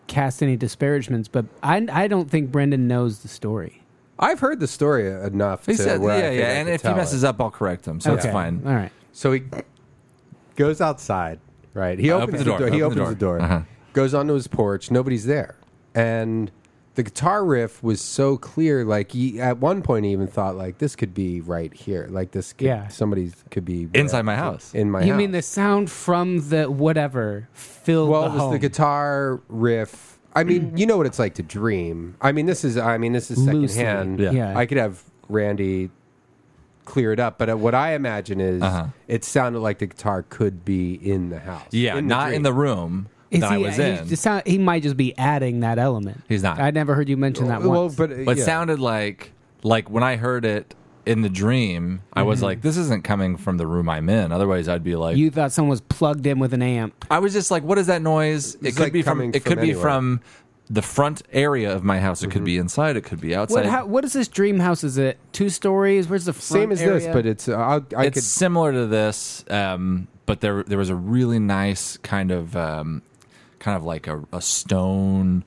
Speaker 3: cast any disparagements, but I I don't think Brendan knows the story.
Speaker 2: i've heard the story enough
Speaker 4: He
Speaker 2: to
Speaker 4: said,
Speaker 2: where I
Speaker 4: "Yeah,
Speaker 2: think
Speaker 4: yeah."
Speaker 2: I
Speaker 4: And
Speaker 2: could
Speaker 4: if he
Speaker 2: tell it.
Speaker 4: messes up, I'll correct him. So it's
Speaker 3: Okay.
Speaker 4: fine.
Speaker 3: All right.
Speaker 2: So he goes outside, right? He
Speaker 4: I
Speaker 2: opens the door. He opens
Speaker 4: opened Uh, the
Speaker 2: the
Speaker 4: door.
Speaker 2: door.
Speaker 4: Uh-huh.
Speaker 2: Goes onto his porch. Nobody's there, and the guitar riff was so clear. Like he, at one point, he even thought like this could be right here. Like this, could,
Speaker 3: Yeah.
Speaker 2: somebody's could be
Speaker 4: Inside my house.
Speaker 2: In my
Speaker 3: you
Speaker 2: house.
Speaker 3: mean the sound from the whatever filled
Speaker 2: Well,
Speaker 3: the
Speaker 2: it was
Speaker 3: home.
Speaker 4: Um,
Speaker 2: the guitar riff. I mean, you know what it's like to dream. I mean, this is. I mean, this is
Speaker 3: Loosely.
Speaker 2: secondhand.
Speaker 4: Yeah.
Speaker 3: Yeah.
Speaker 2: I could have Randy clear it up, but uh, what I imagine is
Speaker 4: Uh-huh.
Speaker 2: it sounded like the guitar could be in the house.
Speaker 4: Yeah,
Speaker 2: in the
Speaker 4: not in
Speaker 2: dream.
Speaker 4: the room
Speaker 3: Is
Speaker 4: that
Speaker 3: he, uh,
Speaker 4: I was
Speaker 3: he
Speaker 4: in.
Speaker 3: just sound- he might just be adding that element.
Speaker 4: He's not.
Speaker 3: I never heard you mention that
Speaker 2: Well,
Speaker 3: once.
Speaker 2: but, uh,
Speaker 4: but it
Speaker 2: yeah.
Speaker 4: sounded like like when I heard it in the dream, I was like, "This isn't coming from the room I'm in." Otherwise, I'd be like,
Speaker 3: Mm-hmm. you thought someone was plugged in with an amp.
Speaker 4: I was just like, "What is that noise?" It
Speaker 2: It's
Speaker 4: could
Speaker 2: like
Speaker 4: be from.
Speaker 2: coming
Speaker 4: It
Speaker 2: from
Speaker 4: could be
Speaker 2: anywhere. Mm-hmm.
Speaker 4: from the front area of my house. It could be inside. It could be outside.
Speaker 3: What, how, what is this dream house? Is it two stories? Where's the front
Speaker 2: same as this,
Speaker 3: area?
Speaker 2: but it's. Uh, I'll- I
Speaker 4: it's similar to this, um, but there there was a really nice kind of um, kind of like a, a stone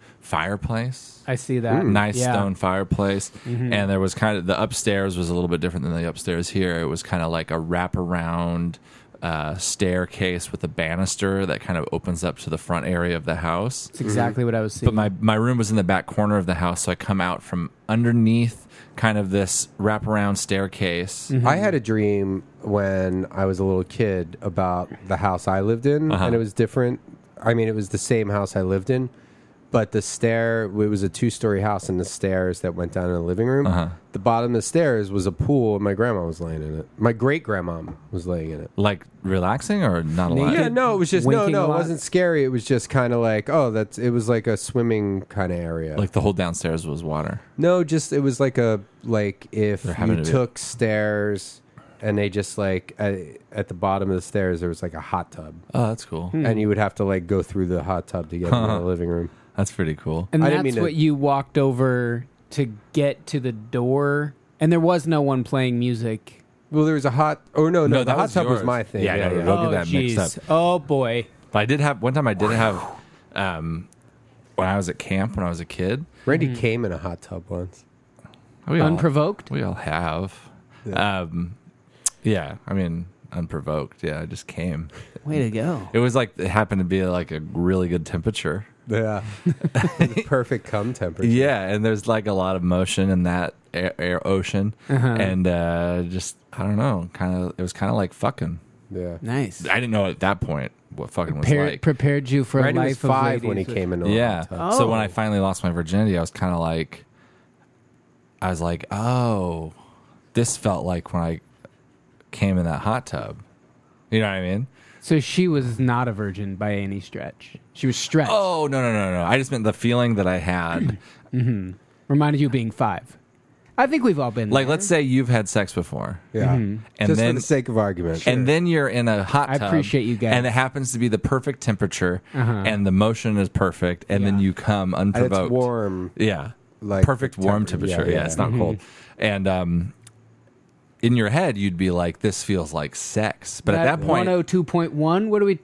Speaker 4: fireplace.
Speaker 3: I see that
Speaker 4: Mm, Nice
Speaker 3: Hmm. Yeah.
Speaker 4: stone fireplace, and there was kind of the upstairs was a little bit different than the upstairs here. It was kind of like a wraparound uh, staircase with a banister that kind of opens up to the front area of the house.
Speaker 3: That's
Speaker 2: Mm-hmm.
Speaker 3: exactly what I was seeing.
Speaker 4: But my, my room was in the back corner of the house, so I come out from underneath kind of this wraparound staircase.
Speaker 2: could. I had a dream when I was a little kid about the house I lived in, and it was different. I mean, it was the same house I lived in, but the stair. It was a two-story house, and the stairs that went down in the living room. The bottom of the stairs was a pool, and my grandma was laying in it. My great grandma was laying in it.
Speaker 4: Like relaxing or not a lot?
Speaker 2: Yeah, no, it was just no,
Speaker 3: Winking a
Speaker 2: no. It
Speaker 3: lot?
Speaker 2: wasn't scary. It was just kind of like, oh, that's. It was like a swimming kind of area.
Speaker 4: Like the whole downstairs was water.
Speaker 2: No, just it was like a like if
Speaker 4: having
Speaker 2: you
Speaker 4: to be-
Speaker 2: took stairs and they just like at, at the bottom of the stairs there was like a hot tub
Speaker 4: Oh, that's cool.
Speaker 3: Hmm.
Speaker 2: and you would have to like go through the hot tub to get into the living room.
Speaker 4: That's pretty cool.
Speaker 3: and
Speaker 2: I
Speaker 3: that's
Speaker 2: didn't mean to-
Speaker 3: what you walked over to get to the door, and there was no one playing music.
Speaker 2: Well, there was a hot. Oh no, no,
Speaker 4: No,
Speaker 2: the
Speaker 4: that
Speaker 2: hot
Speaker 4: was
Speaker 2: tub was
Speaker 4: yours.
Speaker 2: my thing.
Speaker 4: Yeah, yeah, yeah. Don't get
Speaker 3: oh,
Speaker 4: that mixed
Speaker 3: jeez.
Speaker 4: up.
Speaker 3: Oh boy.
Speaker 4: But I did have one time I did have um, when I was at camp when I was a kid.
Speaker 2: Randy
Speaker 3: Hmm.
Speaker 2: came in a hot tub once.
Speaker 4: We all-
Speaker 3: Unprovoked?
Speaker 4: We all have. Yeah. Um, yeah, I mean unprovoked. Yeah, I just came.
Speaker 3: Way to go.
Speaker 4: It was like it happened to be like a really good temperature.
Speaker 2: Yeah, the perfect cum temperature.
Speaker 4: Yeah, and there's like a lot of motion in that air, air ocean, and uh, just I don't know, kind of it was kind of like fucking.
Speaker 2: yeah.
Speaker 3: Nice.
Speaker 4: I didn't know at that point what fucking was
Speaker 3: Par-
Speaker 4: like.
Speaker 3: prepared you for
Speaker 2: Randy
Speaker 3: a
Speaker 2: was
Speaker 3: life
Speaker 2: five
Speaker 3: of
Speaker 2: when he
Speaker 3: ladies. Oh.
Speaker 2: came in. A
Speaker 4: yeah.
Speaker 2: hot tub.
Speaker 4: So when I finally lost my virginity, I was kind of like, I was like, oh, this felt like when I came in that hot tub. You know what I mean?
Speaker 3: So she was not a virgin by any stretch. She was stretched.
Speaker 4: Oh no no no no! I just meant the feeling that I had.
Speaker 3: Reminded you of being five. I think we've all been
Speaker 4: like,
Speaker 3: there.
Speaker 4: let's say you've had sex before,
Speaker 3: Mm-hmm.
Speaker 2: Yeah.
Speaker 4: and
Speaker 2: Just
Speaker 4: then
Speaker 2: for the sake of argument.
Speaker 4: and then you're in a hot
Speaker 3: I
Speaker 4: tub.
Speaker 3: appreciate you guys. Uh-huh.
Speaker 4: And it happens to be the perfect temperature, and the motion is perfect, and then
Speaker 3: Yeah.
Speaker 4: you come
Speaker 2: And
Speaker 4: unprovoked.
Speaker 2: it's warm.
Speaker 4: Yeah.
Speaker 2: Like,
Speaker 4: perfect warm
Speaker 2: temper-
Speaker 4: temperature. Yeah,
Speaker 2: yeah,
Speaker 4: it's
Speaker 2: yeah.
Speaker 4: not cold. And um in your head you'd be like this feels like sex. But at that point
Speaker 3: 102.1, what do we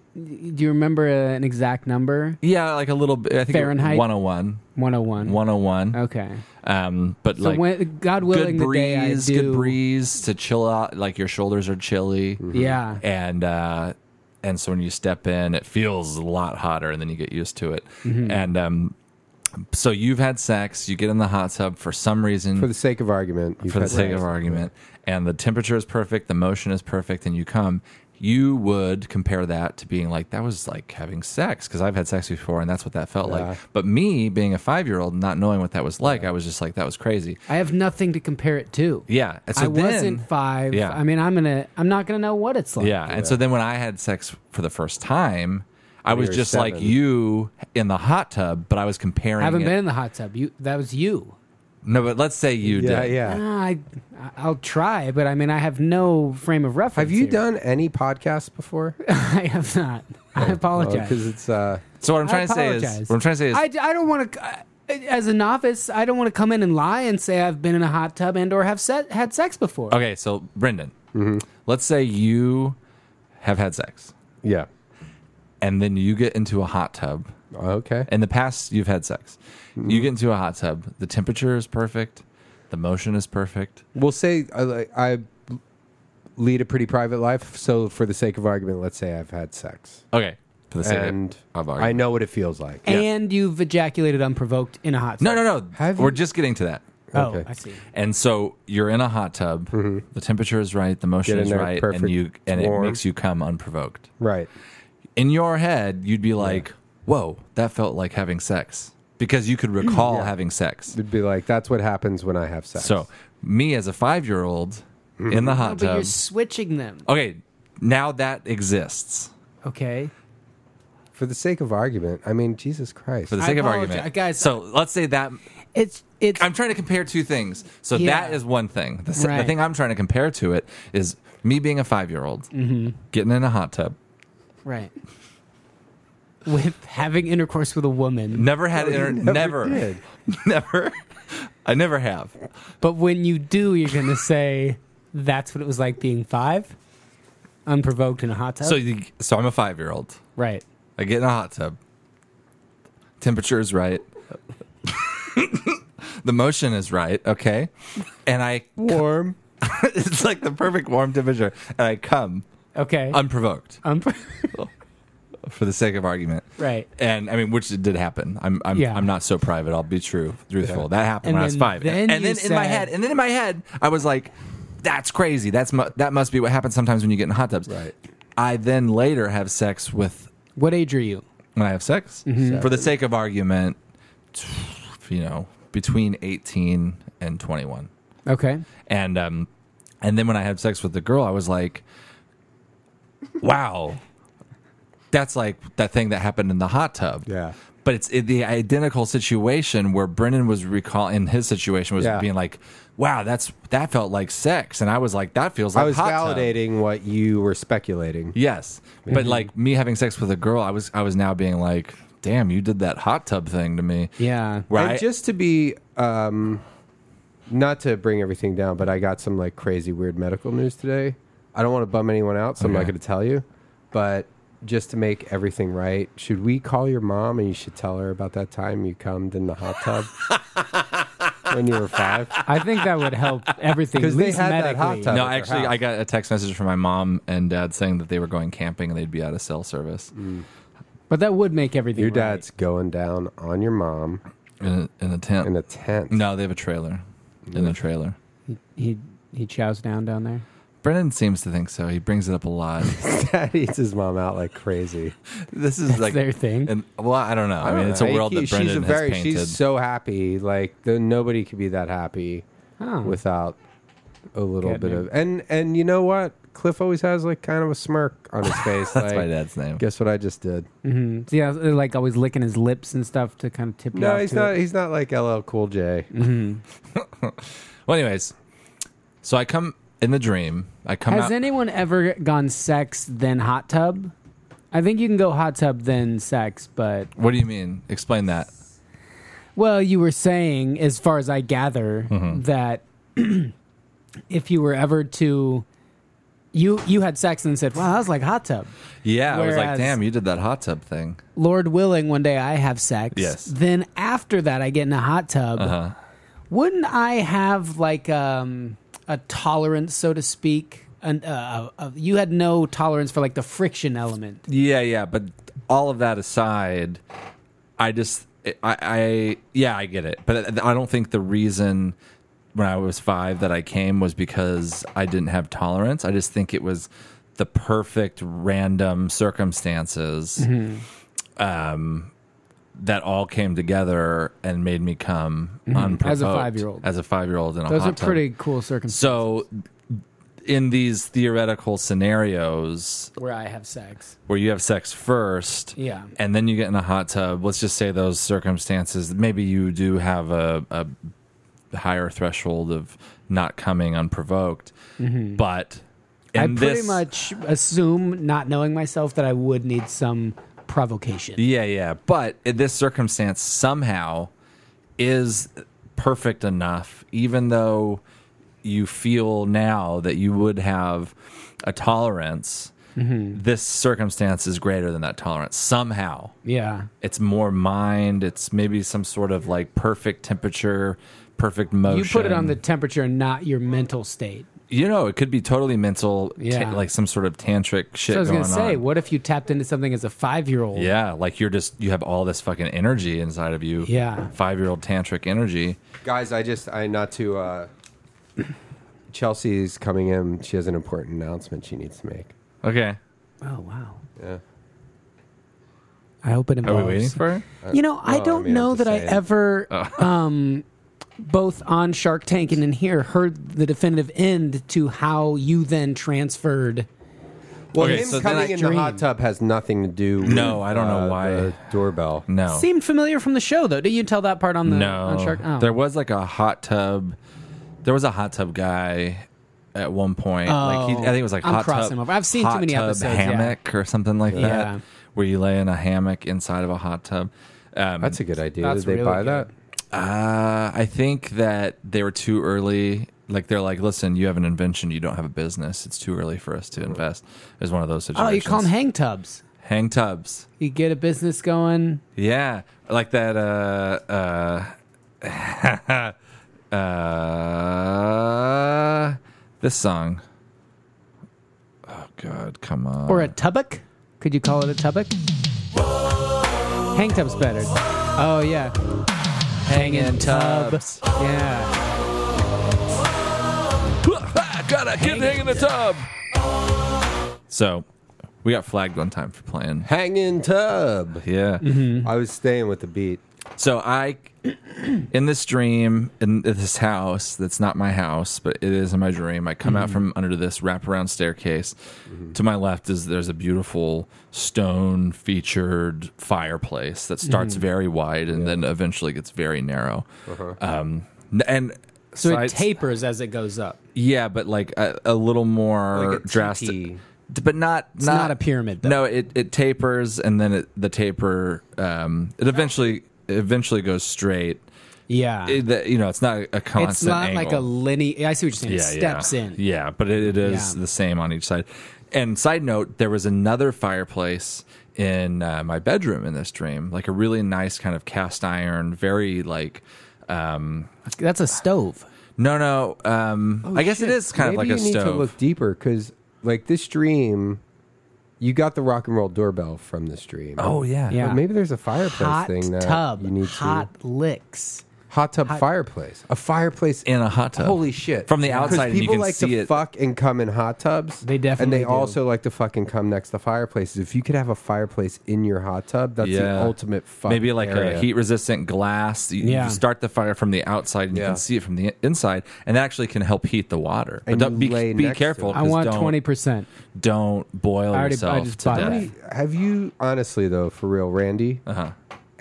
Speaker 3: do you remember uh, an exact number?
Speaker 4: yeah, like a little bit I think
Speaker 3: Fahrenheit?
Speaker 4: 101.
Speaker 3: 101.
Speaker 4: 101.
Speaker 3: Okay.
Speaker 4: Um but
Speaker 3: So
Speaker 4: like
Speaker 3: when, God willing
Speaker 4: good breeze,
Speaker 3: the day I do
Speaker 4: good breeze to chill out like your shoulders are chilly.
Speaker 3: Yeah.
Speaker 4: And uh and so when you step in it feels a lot hotter and then you get used to it.
Speaker 3: Mm-hmm.
Speaker 4: And um so you've had sex, you get in the hot tub for some reason
Speaker 2: For the sake of argument. you've
Speaker 4: for the
Speaker 2: had
Speaker 4: sake of
Speaker 2: sex.
Speaker 4: argument, and the temperature is perfect, the motion is perfect, and you come, you would compare that to being like, that was like having sex, because I've had sex before, and that's what that felt
Speaker 2: Yeah.
Speaker 4: like. But me, being a five year old, not knowing what that was like, I was just like, that was crazy.
Speaker 3: I have nothing to compare it to.
Speaker 4: Yeah. And so
Speaker 3: I
Speaker 4: then,
Speaker 3: wasn't 5.
Speaker 4: Yeah.
Speaker 3: I mean, I'm going to I'm not going to know what it's like.
Speaker 4: Yeah. And so then when I had sex for the first time, I was
Speaker 2: were
Speaker 4: just like
Speaker 2: seven.
Speaker 4: you in the hot tub, but I was comparing.
Speaker 3: I haven't
Speaker 4: it-
Speaker 3: been in the hot tub. You that was you.
Speaker 4: No, but let's say you
Speaker 2: Yeah,
Speaker 4: did.
Speaker 2: yeah.
Speaker 3: Ah, I I'll try, but I mean, I have no frame of reference.
Speaker 2: Have you
Speaker 3: here.
Speaker 2: done any podcasts before?
Speaker 3: I have not.
Speaker 4: Oh,
Speaker 3: I apologize.
Speaker 2: Because it's uh,
Speaker 4: So what I'm
Speaker 3: I
Speaker 4: trying to say
Speaker 3: apologize.
Speaker 4: is, what I'm trying to say is,
Speaker 3: I, I don't want to. As a novice, I don't want to come in and lie and say I've been in a hot tub and or have set, had sex before.
Speaker 4: Okay, so Brendan, let's say you have had sex
Speaker 2: yeah.
Speaker 4: and then you get into a hot tub.
Speaker 2: Okay.
Speaker 4: In the past, you've had sex. You get into a hot tub. The temperature is perfect. The motion is perfect.
Speaker 2: We'll say I, like, I lead a pretty private life, so for the sake of argument, let's say I've had sex,
Speaker 4: Okay. For the sake
Speaker 2: and
Speaker 4: of
Speaker 2: I
Speaker 4: argument.
Speaker 2: know what it feels like.
Speaker 3: And you've ejaculated unprovoked in a hot tub.
Speaker 4: No, no, no.
Speaker 2: Have
Speaker 4: We're
Speaker 2: you-
Speaker 4: just getting to that.
Speaker 3: Oh,
Speaker 2: Okay.
Speaker 3: I see.
Speaker 4: And so you're in a hot tub. The temperature is right. The motion
Speaker 2: Get in
Speaker 4: is
Speaker 2: there,
Speaker 4: right,
Speaker 2: perfect,
Speaker 4: and you and
Speaker 2: warm.
Speaker 4: it makes you come unprovoked.
Speaker 2: Right.
Speaker 4: in your head, you'd be like, "Whoa, that felt like having sex," because you could recall having sex.
Speaker 2: It'd be like that's what happens when I have sex.
Speaker 4: So, me as a five-year-old in the
Speaker 3: Oh,
Speaker 4: hot
Speaker 3: but you're
Speaker 4: tub.
Speaker 3: switching them.
Speaker 4: Okay, now that exists.
Speaker 3: Okay.
Speaker 2: for the sake of argument, I mean, Jesus Christ.
Speaker 4: For the
Speaker 3: I
Speaker 4: sake of
Speaker 3: apologize,
Speaker 4: argument,
Speaker 3: guys.
Speaker 4: So let's say that
Speaker 3: It's it's
Speaker 4: I'm trying to compare two things. So
Speaker 3: Yeah.
Speaker 4: that is one thing. The, se- the
Speaker 3: Right.
Speaker 4: thing I'm trying to compare to it is me being a five-year-old
Speaker 3: Mm-hmm.
Speaker 4: getting in a hot tub.
Speaker 3: right. With having intercourse with a woman,
Speaker 4: Never had inter- never,
Speaker 2: did.
Speaker 4: never. I never have.
Speaker 3: but when you do, you're gonna say that's what it was like being five, unprovoked in a hot tub.
Speaker 4: So, you, so I'm a five-year-old.
Speaker 3: right.
Speaker 4: I get in a hot tub. Temperature is right. the motion is right. Okay. And I,
Speaker 2: warm.
Speaker 4: it's like the perfect warm temperature. And I come
Speaker 3: Okay.
Speaker 4: unprovoked
Speaker 3: Unpro-
Speaker 4: for the sake of argument.
Speaker 3: right.
Speaker 4: And I mean, which it did happen. I'm, I'm,
Speaker 3: Yeah.
Speaker 4: I'm not so private. I'll be true, truthful. That happened
Speaker 3: And
Speaker 4: when I was
Speaker 3: then-
Speaker 4: five.
Speaker 3: then
Speaker 4: and
Speaker 3: you
Speaker 4: then in my
Speaker 3: said-
Speaker 4: head, and then in my head, I was like, that's crazy. That's mu- that must be what happens sometimes when you get in hot tubs.
Speaker 2: Right.
Speaker 4: I then later have sex with
Speaker 3: What age are you?
Speaker 4: when I have sex.
Speaker 2: Mm-hmm.
Speaker 4: For the sake of argument, you know, between 18 and 21.
Speaker 3: Okay.
Speaker 4: And um and then when I had sex with the girl, I was like wow. That's like that thing that happened in the hot tub.
Speaker 2: Yeah.
Speaker 4: But it's it, the identical situation where Brennan was recall in his situation was
Speaker 2: Yeah.
Speaker 4: being like, "Wow, that's that felt like sex," and I was like, "That feels like
Speaker 2: I was
Speaker 4: hot tub."
Speaker 2: validating what you were speculating.
Speaker 4: Yes, but like me having sex with a girl, I was I was now being like, "Damn, you did that hot tub thing to me."
Speaker 3: Yeah.
Speaker 4: Where I-
Speaker 2: And just to be, um, not to bring everything down, but I got some like crazy weird medical news today. I don't want to bum anyone out, so I'm not
Speaker 4: Okay.
Speaker 2: going to tell you. But just to make everything right, should we call your mom and you should tell her about that time you cummed in the hot tub when you were five?
Speaker 3: I think that would help everything.
Speaker 2: Because
Speaker 3: Because
Speaker 2: they had that hot tub.
Speaker 4: no,
Speaker 2: at their
Speaker 4: actually,
Speaker 2: house.
Speaker 4: I got a text message from my mom and dad saying that they were going camping and they'd be out of cell service
Speaker 2: Mm.
Speaker 3: But that would make everything.
Speaker 2: Your
Speaker 3: right.
Speaker 2: dad's going down on your mom
Speaker 4: in, a, in a tent.
Speaker 2: in a tent.
Speaker 4: no, they have a trailer. In a trailer.
Speaker 3: He he chows down down there.
Speaker 4: Brennan seems to think so. He brings it up a lot.
Speaker 2: Dad eats his mom out like crazy.
Speaker 4: this is like
Speaker 3: their thing.
Speaker 4: And, well, I don't know. I, mean, it's a
Speaker 2: Like,
Speaker 4: world
Speaker 2: he-
Speaker 4: that Brendan
Speaker 2: she's a
Speaker 4: has
Speaker 2: very,
Speaker 4: painted.
Speaker 2: She's so happy. Like the, nobody could be that happy.
Speaker 4: Hmm.
Speaker 3: Oh.
Speaker 2: without a little
Speaker 3: Good
Speaker 2: bit
Speaker 3: name.
Speaker 2: of and and you know what? Cliff always has like kind of a smirk on his face.
Speaker 4: That's
Speaker 2: like,
Speaker 4: my dad's name.
Speaker 2: Guess what I just did?
Speaker 3: So, yeah, they're, like always licking his lips and stuff to kind of tip you
Speaker 2: No,
Speaker 3: off
Speaker 2: he's
Speaker 3: to
Speaker 2: not.
Speaker 3: it.
Speaker 2: He's not like LL Cool J.
Speaker 4: Well, anyways, so I come in the dream. I come
Speaker 3: Has
Speaker 4: out.
Speaker 3: anyone ever gone sex then hot tub? I think you can go hot tub then sex, but
Speaker 4: what do you mean? Explain that.
Speaker 3: well, you were saying, as far as I gather,
Speaker 2: Mm-hmm.
Speaker 3: that if you were ever to you you had sex and said, "Wow, that was like hot tub."
Speaker 4: Yeah, I was like,
Speaker 3: Whereas-
Speaker 4: damn, you did that hot tub thing.
Speaker 3: Lord willing, one day I have sex.
Speaker 4: Yes. Uh-huh.
Speaker 3: Then after that, I get in a hot tub. Wouldn't I have like um, a tolerance, so to speak? And uh, uh, you had no tolerance for like the friction element.
Speaker 4: Yeah, yeah, but all of that aside, I just, I, I, yeah, I get it, but I don't think the reason when I was five that I came was because I didn't have tolerance. I just think it was the perfect random circumstances um, that all came together and made me come unprovoked
Speaker 3: As a five-year-old.
Speaker 4: Mm-hmm. As a five-year-old in a
Speaker 3: Those
Speaker 4: hot
Speaker 3: are
Speaker 4: tub.
Speaker 3: pretty cool circumstances
Speaker 4: So, in these theoretical scenarios,
Speaker 3: where I have sex.
Speaker 4: where you have sex first,
Speaker 3: Yeah.
Speaker 4: and then you get in a hot tub. Let's just say those circumstances. Maybe you do have a, a higher threshold of not coming unprovoked, but in
Speaker 3: Mm-hmm. I pretty
Speaker 4: this,
Speaker 3: much assume, not knowing myself, that I would need some provocation.
Speaker 4: yeah, yeah. But in this circumstance, somehow is perfect enough, even though you feel now that you would have a tolerance.
Speaker 3: Mm-hmm.
Speaker 4: This circumstance is greater than that tolerance somehow.
Speaker 3: Yeah.
Speaker 4: it's more mind. It's maybe some sort of like perfect temperature, perfect motion.
Speaker 3: You put it on the temperature and not your mental state.
Speaker 4: You know, it could be totally mental, ta-
Speaker 3: Yeah.
Speaker 4: like some sort of tantric shit
Speaker 3: So I was
Speaker 4: going
Speaker 3: going to say,
Speaker 4: on.
Speaker 3: what if you tapped into something as a five year old?
Speaker 4: yeah, like you're just you have all this fucking energy inside of you.
Speaker 3: Yeah.
Speaker 4: five year old tantric energy.
Speaker 2: Guys, I just I not to. uh Chelsea's coming in. She has an important announcement she needs to make.
Speaker 4: Okay,
Speaker 3: Oh, wow.
Speaker 2: Yeah.
Speaker 3: I hope it
Speaker 4: are
Speaker 3: involves.
Speaker 4: we waiting for it? Oh.
Speaker 3: You know, I
Speaker 2: I
Speaker 3: don't
Speaker 2: mean, I'm
Speaker 3: know
Speaker 2: just
Speaker 3: that I
Speaker 2: saying.
Speaker 3: ever, um, both on Shark Tank and in here, heard the definitive end to how you then transferred.
Speaker 2: Well,
Speaker 4: Okay,
Speaker 2: him
Speaker 4: so then
Speaker 2: coming
Speaker 4: I
Speaker 2: in
Speaker 3: dream.
Speaker 2: the hot tub has nothing to do. With,
Speaker 4: No, I don't know
Speaker 2: uh,
Speaker 4: why.
Speaker 2: The doorbell.
Speaker 4: No,
Speaker 3: Seemed familiar from the show, though. Did you tell that part on the
Speaker 4: Oh. no.
Speaker 3: on Shark? Oh.
Speaker 4: There was like a hot tub. There was a hot tub guy. At one point, like he, I think it was like
Speaker 3: Oh, I'm
Speaker 4: hot
Speaker 3: crossing
Speaker 4: tub.
Speaker 3: him over. I've seen too
Speaker 4: hot
Speaker 3: many
Speaker 4: tub
Speaker 3: episodes, yeah.
Speaker 4: Hammock or something like
Speaker 3: Yeah.
Speaker 4: that, where you lay in a hammock inside of a hot tub. Um,
Speaker 2: That's a good idea.
Speaker 3: That's
Speaker 2: Did they buy
Speaker 3: really good.
Speaker 2: that?
Speaker 4: Uh, I think that they were too early. Like they're like, listen, you have an invention, you don't have a business. It's too early for us to invest. Is one of those
Speaker 3: oh,
Speaker 4: situations.
Speaker 3: you call them hang tubs.
Speaker 4: hang tubs.
Speaker 3: You get a business going.
Speaker 4: Yeah, like that. Uh, uh, uh, this song. Oh God, come on.
Speaker 3: Or a tubbock? Could you call it a tubbock? Hang tub's better. Oh yeah. Hanging tub.
Speaker 4: tubs.
Speaker 3: Yeah.
Speaker 4: Gotta get hang in the tub. So, we got flagged one time for playing.
Speaker 2: Hanging tub.
Speaker 4: Yeah.
Speaker 2: I was staying with the beat.
Speaker 4: So I, in this dream, in this house that's not my house, but it is in my dream. I come
Speaker 3: Mm-hmm.
Speaker 4: out from under this wraparound staircase. To my left is there's a beautiful stone featured fireplace that
Speaker 3: Mm.
Speaker 4: starts very wide and then eventually gets very narrow. Um, n- and
Speaker 3: Uh-huh. So it
Speaker 4: sides-
Speaker 3: tapers as it goes up.
Speaker 4: yeah, but like a, a little more
Speaker 2: Like a
Speaker 4: drastic,
Speaker 2: TT.
Speaker 4: D- but not
Speaker 3: It's not a pyramid, though.
Speaker 4: No, it, it tapers and then it, the taper um, it eventually eventually goes straight.
Speaker 3: Yeah.
Speaker 4: It- that- you know, it's not a constant.
Speaker 3: it's not like a
Speaker 4: angle.
Speaker 3: linear. I see what you're saying. it steps in.
Speaker 4: Yeah, but it, it is
Speaker 3: Yeah.
Speaker 4: the same on each side. And side note, there was another fireplace in uh, my bedroom in this dream, like a really nice kind of cast iron, very like
Speaker 3: That's a stove.
Speaker 4: no, no. Um,
Speaker 3: Oh,
Speaker 4: I guess it is kind
Speaker 2: Maybe
Speaker 4: of like
Speaker 2: you
Speaker 4: a
Speaker 2: need
Speaker 4: stove.
Speaker 2: to look deeper because, like, this dream, you got the rock and roll doorbell from this dream.
Speaker 4: oh yeah,
Speaker 3: Yeah.
Speaker 2: But maybe there's a fireplace
Speaker 3: Hot
Speaker 2: thing that
Speaker 3: tub.
Speaker 2: you need
Speaker 3: hot licks.
Speaker 2: to. Hot tub fireplace. A fireplace
Speaker 4: in a hot tub.
Speaker 2: Holy shit!
Speaker 4: From the
Speaker 2: 'Cause
Speaker 4: outside, and you
Speaker 2: people
Speaker 4: can
Speaker 2: like
Speaker 4: see
Speaker 2: to
Speaker 4: it.
Speaker 2: fuck and come in hot tubs.
Speaker 3: They definitely
Speaker 2: and they
Speaker 3: do.
Speaker 2: also like to fucking come next to fireplaces. If you could have a fireplace in your hot tub, that's the
Speaker 4: Yeah.
Speaker 2: ultimate fuck.
Speaker 4: Maybe like
Speaker 2: area.
Speaker 4: a heat resistant glass. You, you
Speaker 3: Yeah.
Speaker 4: start the fire from the outside and you
Speaker 2: Yeah.
Speaker 4: can see it from the inside, and that actually can help heat the water.
Speaker 2: And
Speaker 4: but don't-
Speaker 2: you
Speaker 4: be,
Speaker 2: lay
Speaker 4: be
Speaker 2: next to
Speaker 4: careful.
Speaker 2: it.
Speaker 3: I
Speaker 4: 'cause
Speaker 3: want
Speaker 4: don't,
Speaker 3: twenty percent.
Speaker 4: Don't boil
Speaker 3: I already- I
Speaker 4: yourself
Speaker 3: just
Speaker 4: to
Speaker 3: bought
Speaker 4: death.
Speaker 3: that.
Speaker 2: Have you honestly though, for real, Randy?
Speaker 4: Uh-huh.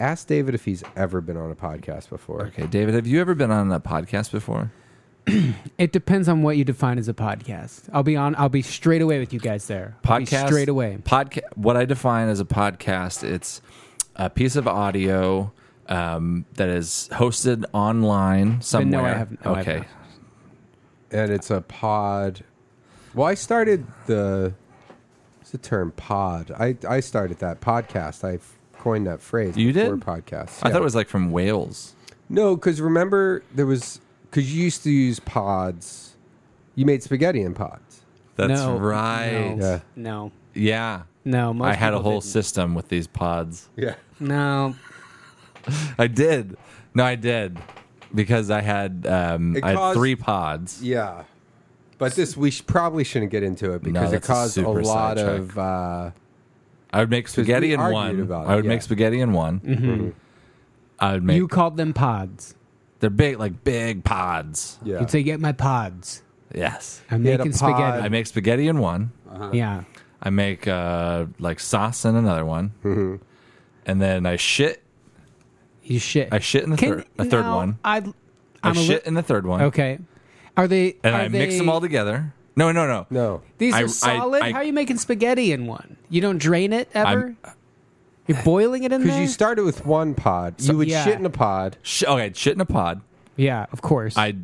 Speaker 2: Ask David if he's ever been on a podcast before.
Speaker 4: Okay, David, have you ever been on a podcast before?
Speaker 3: It depends on what you define as a podcast. I'll be on. I'll be straight away with you guys there. I'll be
Speaker 4: podcast
Speaker 3: straight away.
Speaker 4: Podcast. What I define as a podcast, it's a piece of audio um, that is hosted online
Speaker 3: But
Speaker 4: somewhere.
Speaker 3: no, I have. No, I have
Speaker 4: okay,
Speaker 3: not.
Speaker 2: and it's a pod. Well, I started the what's the term pod. I I started that podcast. I coined that phrase.
Speaker 4: You
Speaker 2: before
Speaker 4: did?
Speaker 2: podcasts.
Speaker 4: I
Speaker 2: Yeah.
Speaker 4: thought it was like from Wales.
Speaker 2: no, because remember there was because you used to use pods. You made spaghetti in pods.
Speaker 4: That's
Speaker 3: no,
Speaker 4: right.
Speaker 3: No,
Speaker 2: Yeah.
Speaker 3: no,
Speaker 4: Yeah.
Speaker 3: no. Most
Speaker 4: I had a
Speaker 3: people
Speaker 4: whole
Speaker 3: didn't.
Speaker 4: system with these pods.
Speaker 2: Yeah,
Speaker 3: No,
Speaker 4: I did. No, I did because I had um,
Speaker 2: It
Speaker 4: I had
Speaker 2: caused-
Speaker 4: three pods.
Speaker 2: yeah. But this we sh- probably shouldn't get into it because it
Speaker 4: that's a
Speaker 2: caused a,
Speaker 4: super
Speaker 2: lot
Speaker 4: sidetrack.
Speaker 2: of. Uh,
Speaker 4: I would make spaghetti
Speaker 2: we
Speaker 4: in
Speaker 2: argued
Speaker 4: one.
Speaker 2: about it,
Speaker 4: I would
Speaker 2: yeah. Mm-hmm.
Speaker 4: make spaghetti in one. I would make
Speaker 3: Mm-hmm. you called them pods.
Speaker 4: they're big like big pods.
Speaker 2: yeah,
Speaker 3: You'd say, "Get my pods."
Speaker 4: Yes.
Speaker 3: I'm
Speaker 2: Get a
Speaker 3: making
Speaker 2: pod.
Speaker 4: I
Speaker 3: spaghetti.
Speaker 4: make spaghetti in one.
Speaker 3: Yeah,
Speaker 4: I make uh, like sauce in another one,
Speaker 2: Mm-hmm.
Speaker 4: and then I shit.
Speaker 3: you shit.
Speaker 4: I shit in the
Speaker 3: Can-
Speaker 4: third, a third
Speaker 3: no,
Speaker 4: one.
Speaker 3: I,
Speaker 4: I
Speaker 3: I'm a li-
Speaker 4: shit in the third one.
Speaker 3: okay. Are they?
Speaker 4: and
Speaker 3: are
Speaker 4: I mix them
Speaker 3: they-
Speaker 4: all together. No, no, no.
Speaker 2: no.
Speaker 3: These
Speaker 4: I-
Speaker 3: are
Speaker 4: I-
Speaker 3: solid.
Speaker 4: I-
Speaker 3: How are you making spaghetti in one? You don't drain it ever. You're boiling it in
Speaker 2: Because
Speaker 3: there.
Speaker 2: you started with one pod, you would
Speaker 3: Yeah.
Speaker 2: shit in a pod.
Speaker 4: Sh- okay, shit in a pod.
Speaker 3: yeah, of course.
Speaker 4: I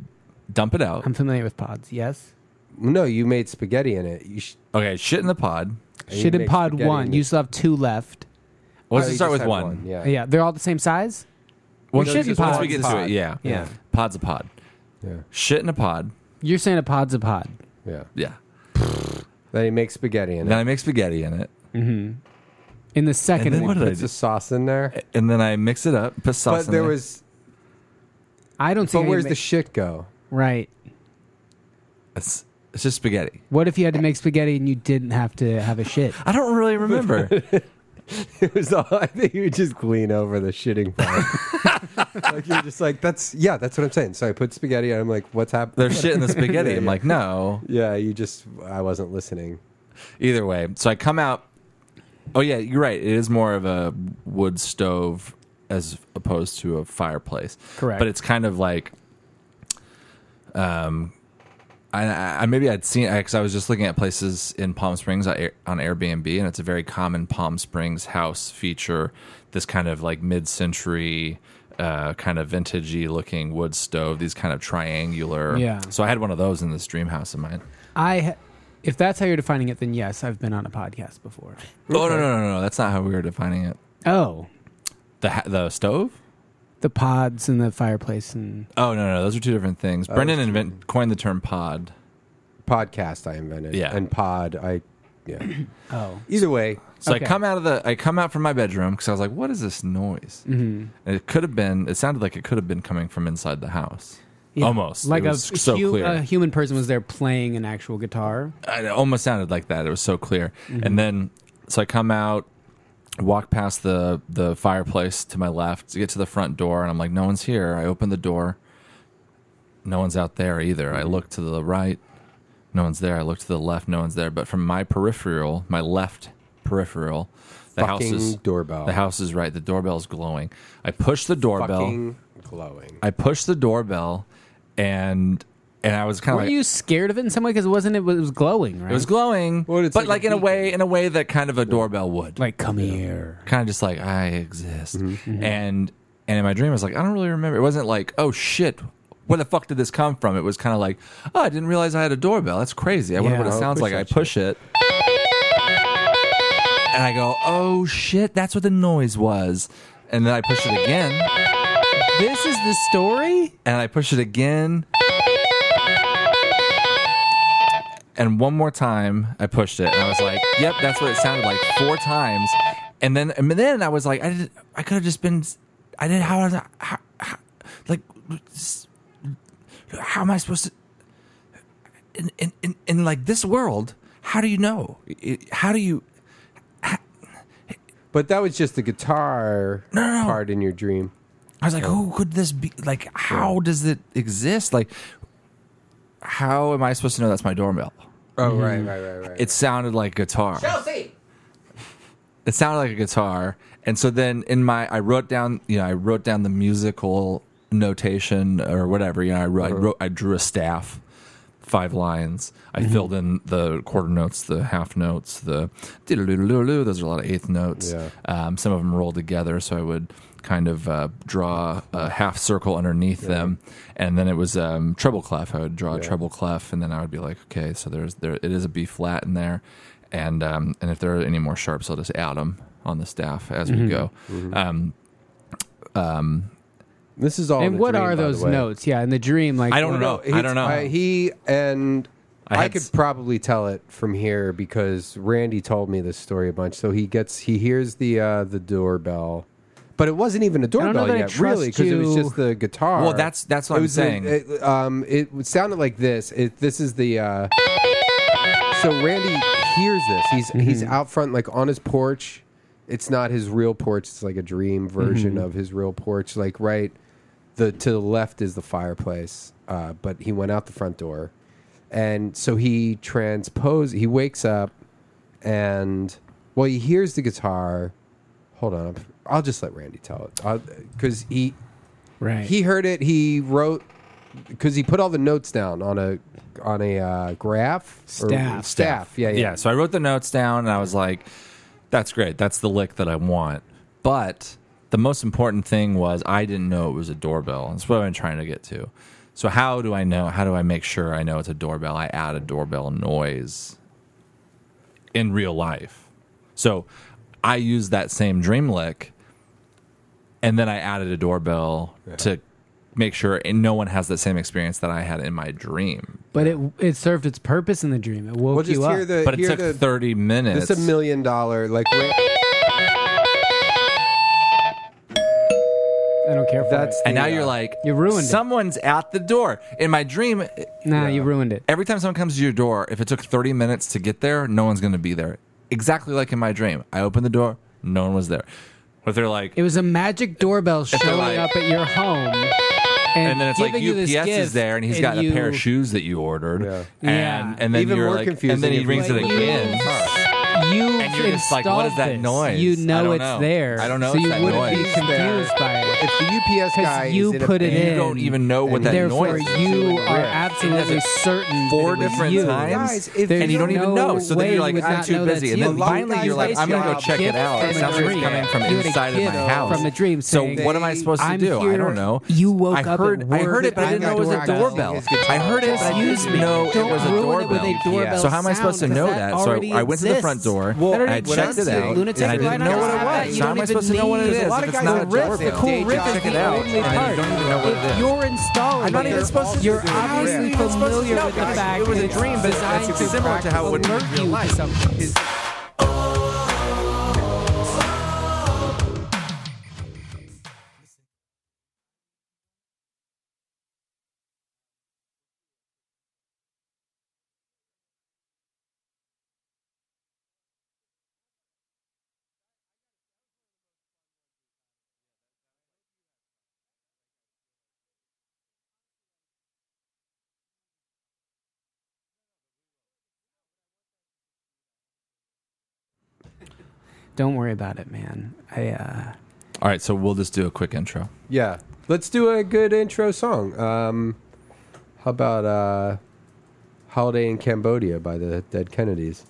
Speaker 4: dump it out.
Speaker 3: I'm familiar with pods. Yes.
Speaker 2: No, you made spaghetti in it. You sh-
Speaker 4: Okay, shit in the pod.
Speaker 2: And you
Speaker 3: Shit in
Speaker 2: make
Speaker 3: pod
Speaker 2: spaghetti
Speaker 3: one.
Speaker 2: and
Speaker 3: You
Speaker 2: you-
Speaker 3: still have two left.
Speaker 4: Well,
Speaker 2: Oh,
Speaker 4: Let's
Speaker 2: you
Speaker 4: just start
Speaker 2: just
Speaker 4: with
Speaker 2: had
Speaker 4: one.
Speaker 2: Yeah.
Speaker 3: Yeah, they're all the same size.
Speaker 4: Well,
Speaker 3: You
Speaker 4: no,
Speaker 3: shit in
Speaker 4: just once
Speaker 3: pods.
Speaker 4: we get into
Speaker 2: Pod.
Speaker 4: it, yeah.
Speaker 3: Yeah.
Speaker 4: Pod's a pod.
Speaker 2: Yeah.
Speaker 4: Shit in a pod.
Speaker 3: You're saying a pod's a pod.
Speaker 2: Yeah.
Speaker 4: Yeah.
Speaker 2: They make spaghetti in
Speaker 4: And then
Speaker 2: it.
Speaker 4: I make spaghetti in it.
Speaker 3: In the
Speaker 4: And
Speaker 3: second
Speaker 4: then what
Speaker 3: one,
Speaker 4: did I
Speaker 2: Puts
Speaker 4: do?
Speaker 2: the sauce in there.
Speaker 4: And then I mix it up, put sauce
Speaker 2: But
Speaker 4: in
Speaker 2: there
Speaker 4: it.
Speaker 2: was.
Speaker 3: I don't see.
Speaker 2: But
Speaker 3: how you
Speaker 2: where's
Speaker 3: make-
Speaker 2: the shit go?
Speaker 3: right?
Speaker 4: It's, it's just spaghetti.
Speaker 3: What if you had to make spaghetti and you didn't have to have a shit?
Speaker 4: I don't really remember.
Speaker 2: It was all. I think you would just glean over the shitting part. like you're just like that's yeah. That's what I'm saying. So I put spaghetti and I'm like, what's happening?
Speaker 4: They're shit in the spaghetti.
Speaker 2: Yeah,
Speaker 4: I'm
Speaker 2: yeah.
Speaker 4: like, no.
Speaker 2: Yeah, you just. I wasn't listening.
Speaker 4: Either way, so I come out. Oh yeah, you're right. It is more of a wood stove as opposed to a fireplace.
Speaker 3: Correct.
Speaker 4: But it's kind of like, um, I, I I- maybe I'd seen because I was just looking at places in Palm Springs on Air- on Airbnb, and it's a very common Palm Springs house feature. This kind of like mid-century. Uh, kind of vintagey looking wood stove, these kind of triangular.
Speaker 3: Yeah.
Speaker 4: So I had one of those in this dream house of mine.
Speaker 3: I, ha- if that's how you're defining it, then yes, I've been on a podcast before.
Speaker 4: Oh no, no no no! That's not how we were defining it.
Speaker 3: Oh,
Speaker 4: The ha- the stove?
Speaker 3: the pods and the fireplace and
Speaker 4: Oh no no, Oh, those are two different things. Brendan invent coined the term pod.
Speaker 2: Podcast I invented.
Speaker 4: Yeah.
Speaker 2: And pod I. Yeah.
Speaker 3: oh,
Speaker 2: Either way,
Speaker 4: So
Speaker 3: Okay.
Speaker 4: I come out of the I come out from my bedroom because I was like, what is this noise? Mm-hmm. And it could have been. It sounded like it could have been coming from inside the house.
Speaker 3: Yeah.
Speaker 4: Almost
Speaker 3: like
Speaker 4: it was
Speaker 3: a,
Speaker 4: so
Speaker 3: hu-
Speaker 4: clear.
Speaker 3: a human person was there playing an actual guitar.
Speaker 4: it almost sounded like that. It was so clear.
Speaker 2: Mm-hmm.
Speaker 4: And then so I come out, walk past the the fireplace to my left, to get to the front door, and I'm like, no one's here. I open the door. No one's out there either.
Speaker 2: Mm-hmm.
Speaker 4: I look to the right, no one's there. I look to the left, no one's there. But from my peripheral, my left peripheral, the house
Speaker 2: Fucking
Speaker 4: is
Speaker 2: doorbell.
Speaker 4: The house is right. The doorbell's glowing. I push the doorbell.
Speaker 2: fucking glowing.
Speaker 4: I push the doorbell, and and I was kind
Speaker 3: Were
Speaker 4: of like,
Speaker 3: you scared of it in some way? Because it wasn't. It was, it was glowing, right?
Speaker 4: it was glowing,
Speaker 2: Well, it's
Speaker 4: but
Speaker 2: like
Speaker 4: like,
Speaker 2: a
Speaker 4: in a way, in a way that kind of a doorbell would,
Speaker 3: like, come here.
Speaker 4: kind of just like I exist. And and in my dream, I was like, I don't really remember. It wasn't like, oh shit, where the fuck did this come from? It was kind of like, oh, I didn't realize I had a doorbell. That's crazy. I wonder
Speaker 3: Yeah.
Speaker 4: what it
Speaker 3: I'll
Speaker 4: sounds
Speaker 2: push
Speaker 4: like. I
Speaker 2: that
Speaker 4: push it, and I go, oh shit, that's what the noise was. And then I push it again,
Speaker 3: This is the story.
Speaker 4: and I push it again. and one more time I pushed it and I was like, "Yep, that's what it sounded like four times." And then and then I was like, "I did I could have just been I did how, how, how like s- how am I supposed to in in in, in like this world? How do you know? It- How do you?
Speaker 2: But that was just the guitar
Speaker 4: No, no.
Speaker 2: part in your dream.
Speaker 4: I was like, who could this be? Like, how does it exist? Like, how am I supposed to know that's my doorbell?
Speaker 2: Oh, right, right, right, right.
Speaker 4: It sounded like guitar. It sounded like a guitar, and so then in my, I wrote down, you know, I wrote down the musical notation or whatever. You know, I
Speaker 2: Uh-huh.
Speaker 4: wrote, I, wrote, I drew a staff, five lines. I filled in the quarter notes, the half notes, the diddle-doodle-doo-doo. Those are a lot of eighth notes.
Speaker 2: Yeah.
Speaker 4: Um, some of them rolled together, so I would kind of uh, draw a half circle underneath them, and then it was um, treble clef. I would draw a treble clef, and then I would be like, okay, so there's there it is a B flat in there, and um, and if there are any more sharps, I'll just add them on the staff as we go. Um,
Speaker 2: this is all. in
Speaker 3: and
Speaker 2: the
Speaker 3: what
Speaker 2: dream,
Speaker 3: are
Speaker 2: by the
Speaker 3: those
Speaker 2: way.
Speaker 3: notes? Yeah, in the dream, like
Speaker 4: I don't know. I
Speaker 2: he's-
Speaker 4: don't know.
Speaker 2: uh, he and
Speaker 4: I
Speaker 2: I,
Speaker 4: had
Speaker 2: could
Speaker 4: s-
Speaker 2: probably tell it from here because Randy told me this story a bunch. So he gets he hears the uh, the doorbell, but it wasn't even a
Speaker 3: know
Speaker 2: doorbell
Speaker 3: that I
Speaker 2: yet, really,
Speaker 3: trust
Speaker 2: because it was
Speaker 3: you.
Speaker 2: just the guitar.
Speaker 4: Well, that's- that's what
Speaker 2: It
Speaker 4: I'm
Speaker 2: was the-
Speaker 4: saying.
Speaker 2: it, um, it would- sounded like this. It, this is the. Uh, so Randy hears this. He's he's out front, like on his porch. It's not his real porch. It's like a dream version of his real porch. Like right, the to the left is the fireplace. Uh, but he went out the front door, and so he transpose. He wakes up, and well, he hears the guitar. Hold on, I'm- I'll just let Randy tell it because he
Speaker 3: right.
Speaker 2: he heard it. He wrote because he put all the notes down on a on a uh, graph or-
Speaker 3: Staff.
Speaker 2: staff. Yeah, yeah.
Speaker 4: yeah, so I wrote the notes down, and I was like, that's great. That's the lick that I want. But the most important thing was I didn't know it was a doorbell. That's what I've been trying to get to. So how do I know? How do I make sure I know it's a doorbell? I add a doorbell noise in real life. So I used that same dream lick, and then I added a doorbell to make sure no one has the same experience that I had in my dream.
Speaker 3: but it it served its purpose in the dream. It woke
Speaker 2: We'll just
Speaker 3: you
Speaker 2: hear
Speaker 3: up.
Speaker 2: the.
Speaker 4: But it
Speaker 2: hear
Speaker 4: took
Speaker 2: the,
Speaker 4: thirty minutes.
Speaker 2: This a million dollar like. Ra-
Speaker 3: I don't care for
Speaker 2: That's
Speaker 3: it.
Speaker 4: And now
Speaker 2: the,
Speaker 4: you're
Speaker 2: uh,
Speaker 4: like,
Speaker 3: You ruined it.
Speaker 4: Someone's at the door. In my dream,
Speaker 3: Nah, you ruined it.
Speaker 4: every time someone comes to your door, if it took 30 minutes to get there, no one's going to be there. Exactly like in my dream. I opened the door, no one was there. But they're like,
Speaker 3: It was a magic doorbell showing
Speaker 4: like-
Speaker 3: up at your home, and,
Speaker 4: and then it's like UPS
Speaker 3: giving you this
Speaker 4: is
Speaker 3: gift,
Speaker 4: there, and he's
Speaker 3: and
Speaker 4: got
Speaker 3: you-
Speaker 4: a pair of shoes that you ordered,
Speaker 2: Yeah.
Speaker 4: and
Speaker 3: Yeah.
Speaker 4: and then
Speaker 2: Even
Speaker 4: you're
Speaker 2: more
Speaker 4: like,
Speaker 2: confusing
Speaker 4: and then he
Speaker 2: if
Speaker 4: rings
Speaker 2: you
Speaker 4: it
Speaker 2: put
Speaker 4: again.
Speaker 3: You
Speaker 4: And you're just like, what is that noise?
Speaker 3: You
Speaker 4: I
Speaker 3: know
Speaker 4: don't
Speaker 3: it's
Speaker 4: know.
Speaker 3: there.
Speaker 4: I don't know
Speaker 3: So
Speaker 4: it's
Speaker 3: you
Speaker 4: that
Speaker 3: wouldn't
Speaker 4: noise.
Speaker 3: be confused by it.
Speaker 2: If the UPS
Speaker 3: 'Cause
Speaker 2: guy
Speaker 3: you
Speaker 2: is in a
Speaker 3: put it
Speaker 2: pain-
Speaker 4: You
Speaker 3: in.
Speaker 4: don't even know what
Speaker 2: And
Speaker 4: that
Speaker 3: Therefore,
Speaker 4: noise. is.
Speaker 3: you
Speaker 2: Yeah.
Speaker 3: are
Speaker 4: It
Speaker 3: absolutely
Speaker 4: does it
Speaker 3: certain.
Speaker 4: four
Speaker 3: that it was
Speaker 4: different
Speaker 3: you.
Speaker 4: times,
Speaker 2: Guys, if
Speaker 4: and you
Speaker 3: there's
Speaker 4: don't
Speaker 3: no
Speaker 4: even know. So then
Speaker 3: way
Speaker 4: you're like,
Speaker 3: you would
Speaker 4: I'm
Speaker 3: not
Speaker 4: too
Speaker 3: know
Speaker 4: busy,
Speaker 3: that's
Speaker 4: and
Speaker 3: you.
Speaker 4: then
Speaker 3: Well,
Speaker 4: finally
Speaker 2: guys,
Speaker 4: you're like,
Speaker 2: that's
Speaker 4: I'm gonna go
Speaker 2: your
Speaker 4: check it
Speaker 3: gift
Speaker 4: out.
Speaker 3: from
Speaker 4: It
Speaker 3: a
Speaker 4: sounds like it's
Speaker 3: dream.
Speaker 4: coming from
Speaker 3: You had a
Speaker 4: inside of my
Speaker 3: gift
Speaker 4: house
Speaker 3: from a dream
Speaker 4: So
Speaker 3: saying,
Speaker 4: what am I supposed to
Speaker 3: I'm
Speaker 4: do? I
Speaker 3: here.
Speaker 4: don't know.
Speaker 3: You woke
Speaker 4: I
Speaker 3: up at
Speaker 4: heard, I
Speaker 3: work
Speaker 4: heard it, but I
Speaker 3: and
Speaker 4: didn't know it was a
Speaker 3: I'm not
Speaker 4: doorbell.
Speaker 2: doing it.
Speaker 4: I heard it, but I
Speaker 3: Excuse
Speaker 4: didn't
Speaker 3: me.
Speaker 4: know it
Speaker 3: Don't
Speaker 4: was a
Speaker 3: ruin it
Speaker 4: doorbell.
Speaker 3: with a doorbell
Speaker 4: So how am I
Speaker 3: sound,
Speaker 4: supposed to
Speaker 3: 'cause
Speaker 4: know
Speaker 3: that
Speaker 4: that? So I,
Speaker 3: already
Speaker 4: I went to the front
Speaker 3: exists.
Speaker 4: door
Speaker 3: Well,
Speaker 4: and I
Speaker 3: already
Speaker 4: checked it
Speaker 3: exists.
Speaker 4: out, and
Speaker 3: Lunatic
Speaker 4: I didn't
Speaker 3: rhino
Speaker 4: know what it
Speaker 3: have that. You
Speaker 4: was. So how
Speaker 3: don't
Speaker 4: am I
Speaker 3: even
Speaker 4: supposed to know what it
Speaker 3: need-
Speaker 4: is?
Speaker 3: There's a lot
Speaker 4: If
Speaker 3: of
Speaker 4: it's
Speaker 3: guys
Speaker 4: not
Speaker 3: that
Speaker 4: a
Speaker 3: riff it.
Speaker 4: doorbell,
Speaker 3: Cool riff
Speaker 4: check
Speaker 3: is
Speaker 4: it
Speaker 3: the
Speaker 4: out,
Speaker 3: only
Speaker 4: and then you
Speaker 3: part.
Speaker 4: don't even know what it is.
Speaker 3: You're installing.
Speaker 4: I'm not
Speaker 3: it.
Speaker 4: even supposed to
Speaker 3: You're
Speaker 4: do it.
Speaker 3: obviously
Speaker 4: Yeah.
Speaker 3: familiar
Speaker 4: No,
Speaker 3: with the
Speaker 4: guys,
Speaker 3: fact
Speaker 4: it was
Speaker 3: that
Speaker 4: a dream, but
Speaker 3: it's
Speaker 4: that's
Speaker 3: designed
Speaker 4: similar to how it would be in
Speaker 3: alert
Speaker 4: real
Speaker 3: you
Speaker 4: life.
Speaker 3: to something. Don't worry about it, man. I uh,
Speaker 4: All right, so we'll just do a quick intro.
Speaker 2: Yeah, let's do a good intro song. Um, how about uh, "Holiday in Cambodia" by the Dead Kennedys?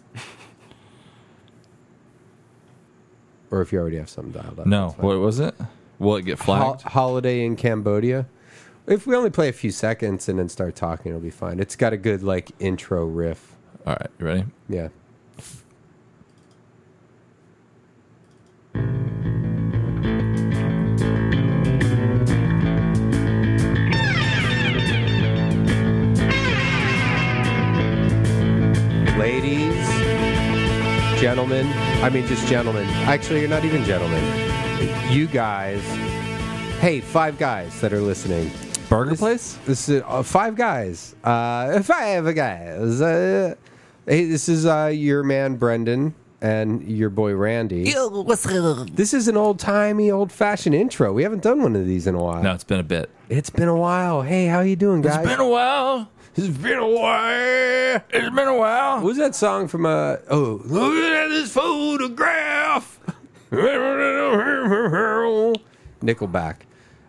Speaker 2: or if you already have something dialed up.
Speaker 4: No,
Speaker 2: that's fine.
Speaker 4: what was it? Will it get
Speaker 2: Hol-
Speaker 4: flagged?
Speaker 2: holiday in Cambodia. If we only play a few seconds and then start talking, it'll be fine. It's got a good like intro riff.
Speaker 4: All right, you ready?
Speaker 2: Yeah. Ladies, gentlemen, I mean, just gentlemen. Actually, you're not even gentlemen. You guys Hey, five guys that are listening.
Speaker 4: Burger
Speaker 2: This-
Speaker 4: place?
Speaker 2: This is uh, five guys. Uh, five guys. Uh, hey, this is uh, your man Brendan and your boy Randy. This is an old timey, old fashioned intro. We haven't done one of these in a while.
Speaker 4: No, it's been a bit.
Speaker 2: It's been a while. Hey, how you doing, guys?
Speaker 4: a while. It's been a while. It's been a while.
Speaker 2: What was that song from? Uh, oh, look at this photograph. Nickelback.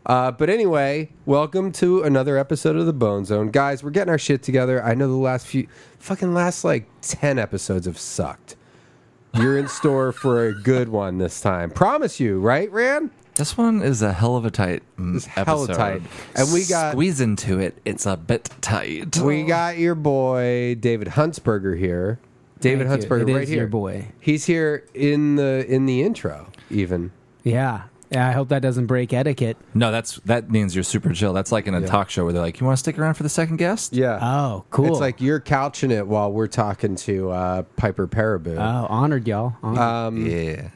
Speaker 2: Uh, but anyway, welcome to another episode of the Bone Zone, guys. We're getting our shit together. I know the last few, fucking last like ten episodes have sucked. You're in store for a good one this time. Promise you, right, Ran?
Speaker 4: This one is a hell of a tight mm,
Speaker 2: It's hella
Speaker 4: episode.
Speaker 2: tight. And we got-
Speaker 4: squeeze into it. It's a bit tight.
Speaker 2: We
Speaker 3: Oh.
Speaker 2: got your boy David Huntsberger here. David
Speaker 3: Thank you.
Speaker 2: Huntsberger,
Speaker 3: It
Speaker 2: right
Speaker 3: is
Speaker 2: here.
Speaker 3: your boy.
Speaker 2: He's here in the in the intro, even.
Speaker 3: Yeah. Yeah, I hope that doesn't break etiquette.
Speaker 4: no. That's that means you're super chill. That's like in a talk show where they're like, "You want to stick around for the second guest?"
Speaker 2: Yeah.
Speaker 3: Oh, cool.
Speaker 2: It's like you're couching it while we're talking to uh, Piper Paraboo.
Speaker 3: oh, honored, y'all. Honored.
Speaker 4: yeah.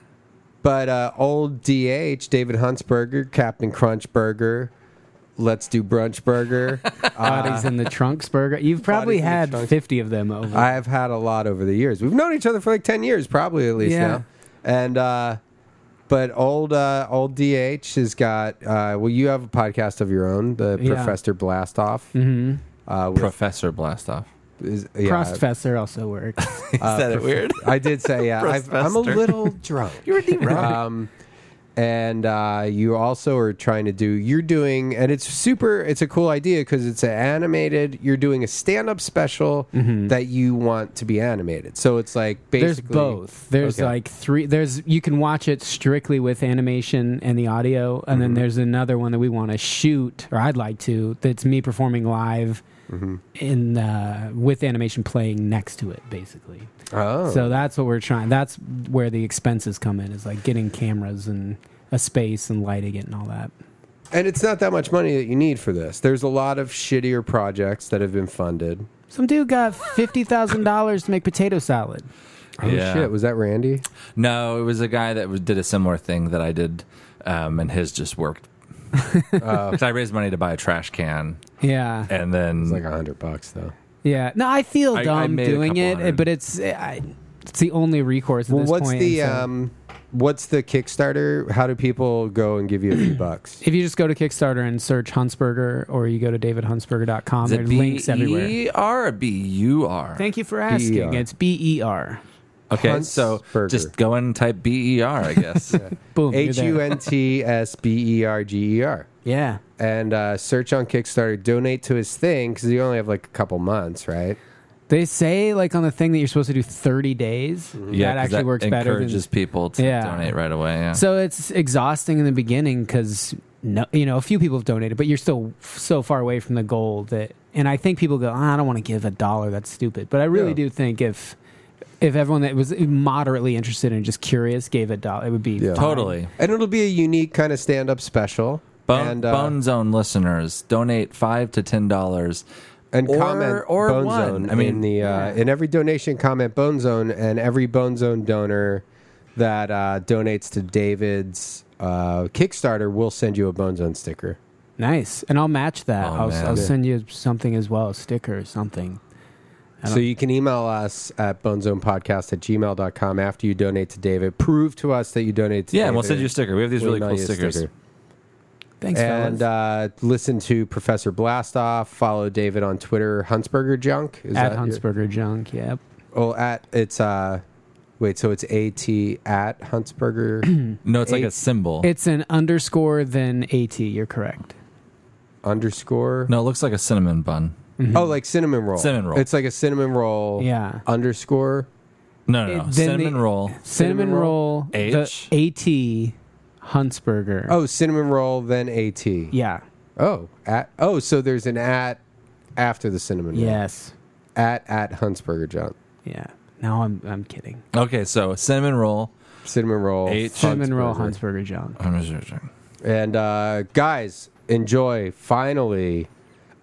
Speaker 2: but uh, old DH, David Huntsberger, Captain Crunchburger, Let's Do Brunch Burger.
Speaker 3: Bodies in the Trunks burger. You've
Speaker 2: Uh, Bodies
Speaker 3: probably
Speaker 2: in the
Speaker 3: had
Speaker 2: Trunks.
Speaker 3: 50 of them over.
Speaker 2: I have had a lot over the years. We've known each other for like 10 years, probably at least
Speaker 3: Yeah.
Speaker 2: now. And, uh, but old uh, old DH has got uh, well, you have a podcast of your own, the
Speaker 3: Yeah.
Speaker 2: Professor Blastoff. Mm-hmm. Uh, with,
Speaker 4: Professor Blastoff.
Speaker 2: is, yeah,
Speaker 3: Prostfesser also works.
Speaker 4: Uh, Is that weird?
Speaker 2: I did say yeah. I've, I'm a
Speaker 4: Professor.
Speaker 2: little drunk.
Speaker 4: You're right.
Speaker 2: um, and uh, you also are trying to do you're doing and it's super it's a cool idea because it's an animated you're doing a stand-up special that you want to be animated so it's like basically
Speaker 3: There's both. There's
Speaker 2: Okay.
Speaker 3: like three. There's you can watch it strictly with animation and the audio, and
Speaker 2: Mm-hmm.
Speaker 3: then there's another one that we want to shoot, or I'd like to. That's me performing live
Speaker 2: Mm-hmm.
Speaker 3: in uh, with animation playing next to it, basically.
Speaker 2: oh
Speaker 3: So that's what we're trying. That's where the expenses come in. Is like getting cameras and a space and lighting it and all that.
Speaker 2: and it's not that much money that you need for this there's a lot of shittier projects that have been funded
Speaker 3: Some dude got fifty thousand dollars to make potato salad.
Speaker 2: oh
Speaker 4: Yeah.
Speaker 2: shit was that randy
Speaker 4: No, it was a guy that was, did a similar thing that I did, um, and his just worked. Because I raised money to buy a trash can,
Speaker 3: Yeah.
Speaker 4: and then
Speaker 2: it's like a hundred bucks though
Speaker 3: Yeah. No, I feel
Speaker 4: I- I
Speaker 3: dumb
Speaker 4: made a
Speaker 3: doing
Speaker 4: couple
Speaker 3: it,
Speaker 4: hundred.
Speaker 3: but it's I, it's the only recourse. At
Speaker 2: well
Speaker 3: this
Speaker 2: what's
Speaker 3: point,
Speaker 2: the
Speaker 3: and so-
Speaker 2: um what's the kickstarter how do people go and give you a few bucks
Speaker 3: If you just go to Kickstarter and search Huntsberger, or you go to davidhuntsberger.com,
Speaker 4: is
Speaker 3: there are
Speaker 4: it B
Speaker 3: links everywhere.
Speaker 4: E R or B U R?
Speaker 3: Thank you for asking.
Speaker 2: B.E.R..
Speaker 3: It's B E R.
Speaker 4: Okay, so
Speaker 2: Huntsberger.
Speaker 4: just go and type B E R, I guess.
Speaker 3: Boom. you're
Speaker 2: H
Speaker 3: there.
Speaker 2: U N T S B E R G E R.
Speaker 3: Yeah.
Speaker 2: And uh, search on Kickstarter, donate to his thing because you only have like a couple months, right?
Speaker 3: They say like on the thing that you're supposed to do 30 days.
Speaker 4: Yeah,
Speaker 3: that
Speaker 4: 'cause
Speaker 3: actually works better. Than,
Speaker 4: Encourages people to
Speaker 3: Yeah.
Speaker 4: donate right away. Yeah.
Speaker 3: So it's exhausting in the beginning because no, you know, a few people have donated, but you're still f- so far away from the goal that. And I think people go, "Ah, I don't want to give a dollar. That's stupid. But I really
Speaker 2: Yeah.
Speaker 3: do think if if everyone that was moderately interested and just curious gave a dollar, it would be
Speaker 2: Yeah.
Speaker 3: fine.
Speaker 4: totally.
Speaker 2: And it'll be a unique kind of stand up special.
Speaker 4: Bone,
Speaker 3: um,
Speaker 2: and, uh,
Speaker 3: uh,
Speaker 4: Bone Zone listeners donate five to ten dollars,
Speaker 2: and
Speaker 4: or,
Speaker 2: comment
Speaker 4: or
Speaker 2: Bone
Speaker 4: one.
Speaker 2: Zone
Speaker 4: I mean,
Speaker 2: in, the, uh, in every donation, comment Bone Zone, and every Bone Zone donor that uh, donates to David's uh, Kickstarter will send you a Bone Zone sticker.
Speaker 3: nice. And I'll match that.
Speaker 4: Oh,
Speaker 3: I'll,
Speaker 4: man.
Speaker 3: I'll
Speaker 4: Yeah.
Speaker 3: send you something as well, a sticker or something.
Speaker 2: So you can email us at bonezonepodcast at gmail.com after you donate to David. Prove to us that you donate to
Speaker 4: yeah,
Speaker 2: David.
Speaker 4: and we'll send you a sticker. We have these
Speaker 2: We'll
Speaker 4: really
Speaker 2: mail
Speaker 4: cool
Speaker 2: you a
Speaker 4: stickers.
Speaker 2: sticker.
Speaker 3: Thanks,
Speaker 2: And
Speaker 3: fellas.
Speaker 2: uh, listen to Professor Blastoff. Follow David on Twitter, Huntsberger Junk. Is
Speaker 3: At
Speaker 2: your-
Speaker 3: Huntsberger Junk. Yep.
Speaker 2: Oh, at it's uh, wait, so it's at at Huntsberger
Speaker 4: No, it's like a
Speaker 2: Eight-
Speaker 4: symbol.
Speaker 3: It's an underscore then at. You're correct.
Speaker 2: underscore.
Speaker 4: no, it looks like a cinnamon bun.
Speaker 2: Oh, like cinnamon roll.
Speaker 4: Cinnamon roll.
Speaker 2: It's like a cinnamon roll.
Speaker 3: Yeah.
Speaker 2: Underscore.
Speaker 4: No, no,
Speaker 3: It-
Speaker 4: no.
Speaker 3: then
Speaker 4: cinnamon
Speaker 3: the-
Speaker 4: roll.
Speaker 3: Cinnamon,
Speaker 2: Cinnamon
Speaker 3: roll.
Speaker 4: H?
Speaker 3: The at Huntsberger.
Speaker 2: Oh, cinnamon roll. Then at.
Speaker 3: Yeah.
Speaker 2: Oh, at. Oh, so there's an at after the cinnamon roll.
Speaker 3: Yes.
Speaker 2: At at Huntsberger Junk.
Speaker 3: Yeah. No, I'm I'm kidding.
Speaker 4: Okay, so cinnamon roll.
Speaker 2: Cinnamon roll.
Speaker 4: Eight.
Speaker 3: Cinnamon roll
Speaker 2: Huntsberger.
Speaker 3: Huntsberger John.
Speaker 2: And uh, guys, enjoy finally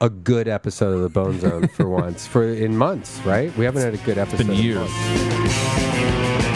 Speaker 2: a good episode of the Bone Zone for once, for in months, right? We haven't had a good episode.
Speaker 4: Been
Speaker 2: in
Speaker 4: years.
Speaker 2: months.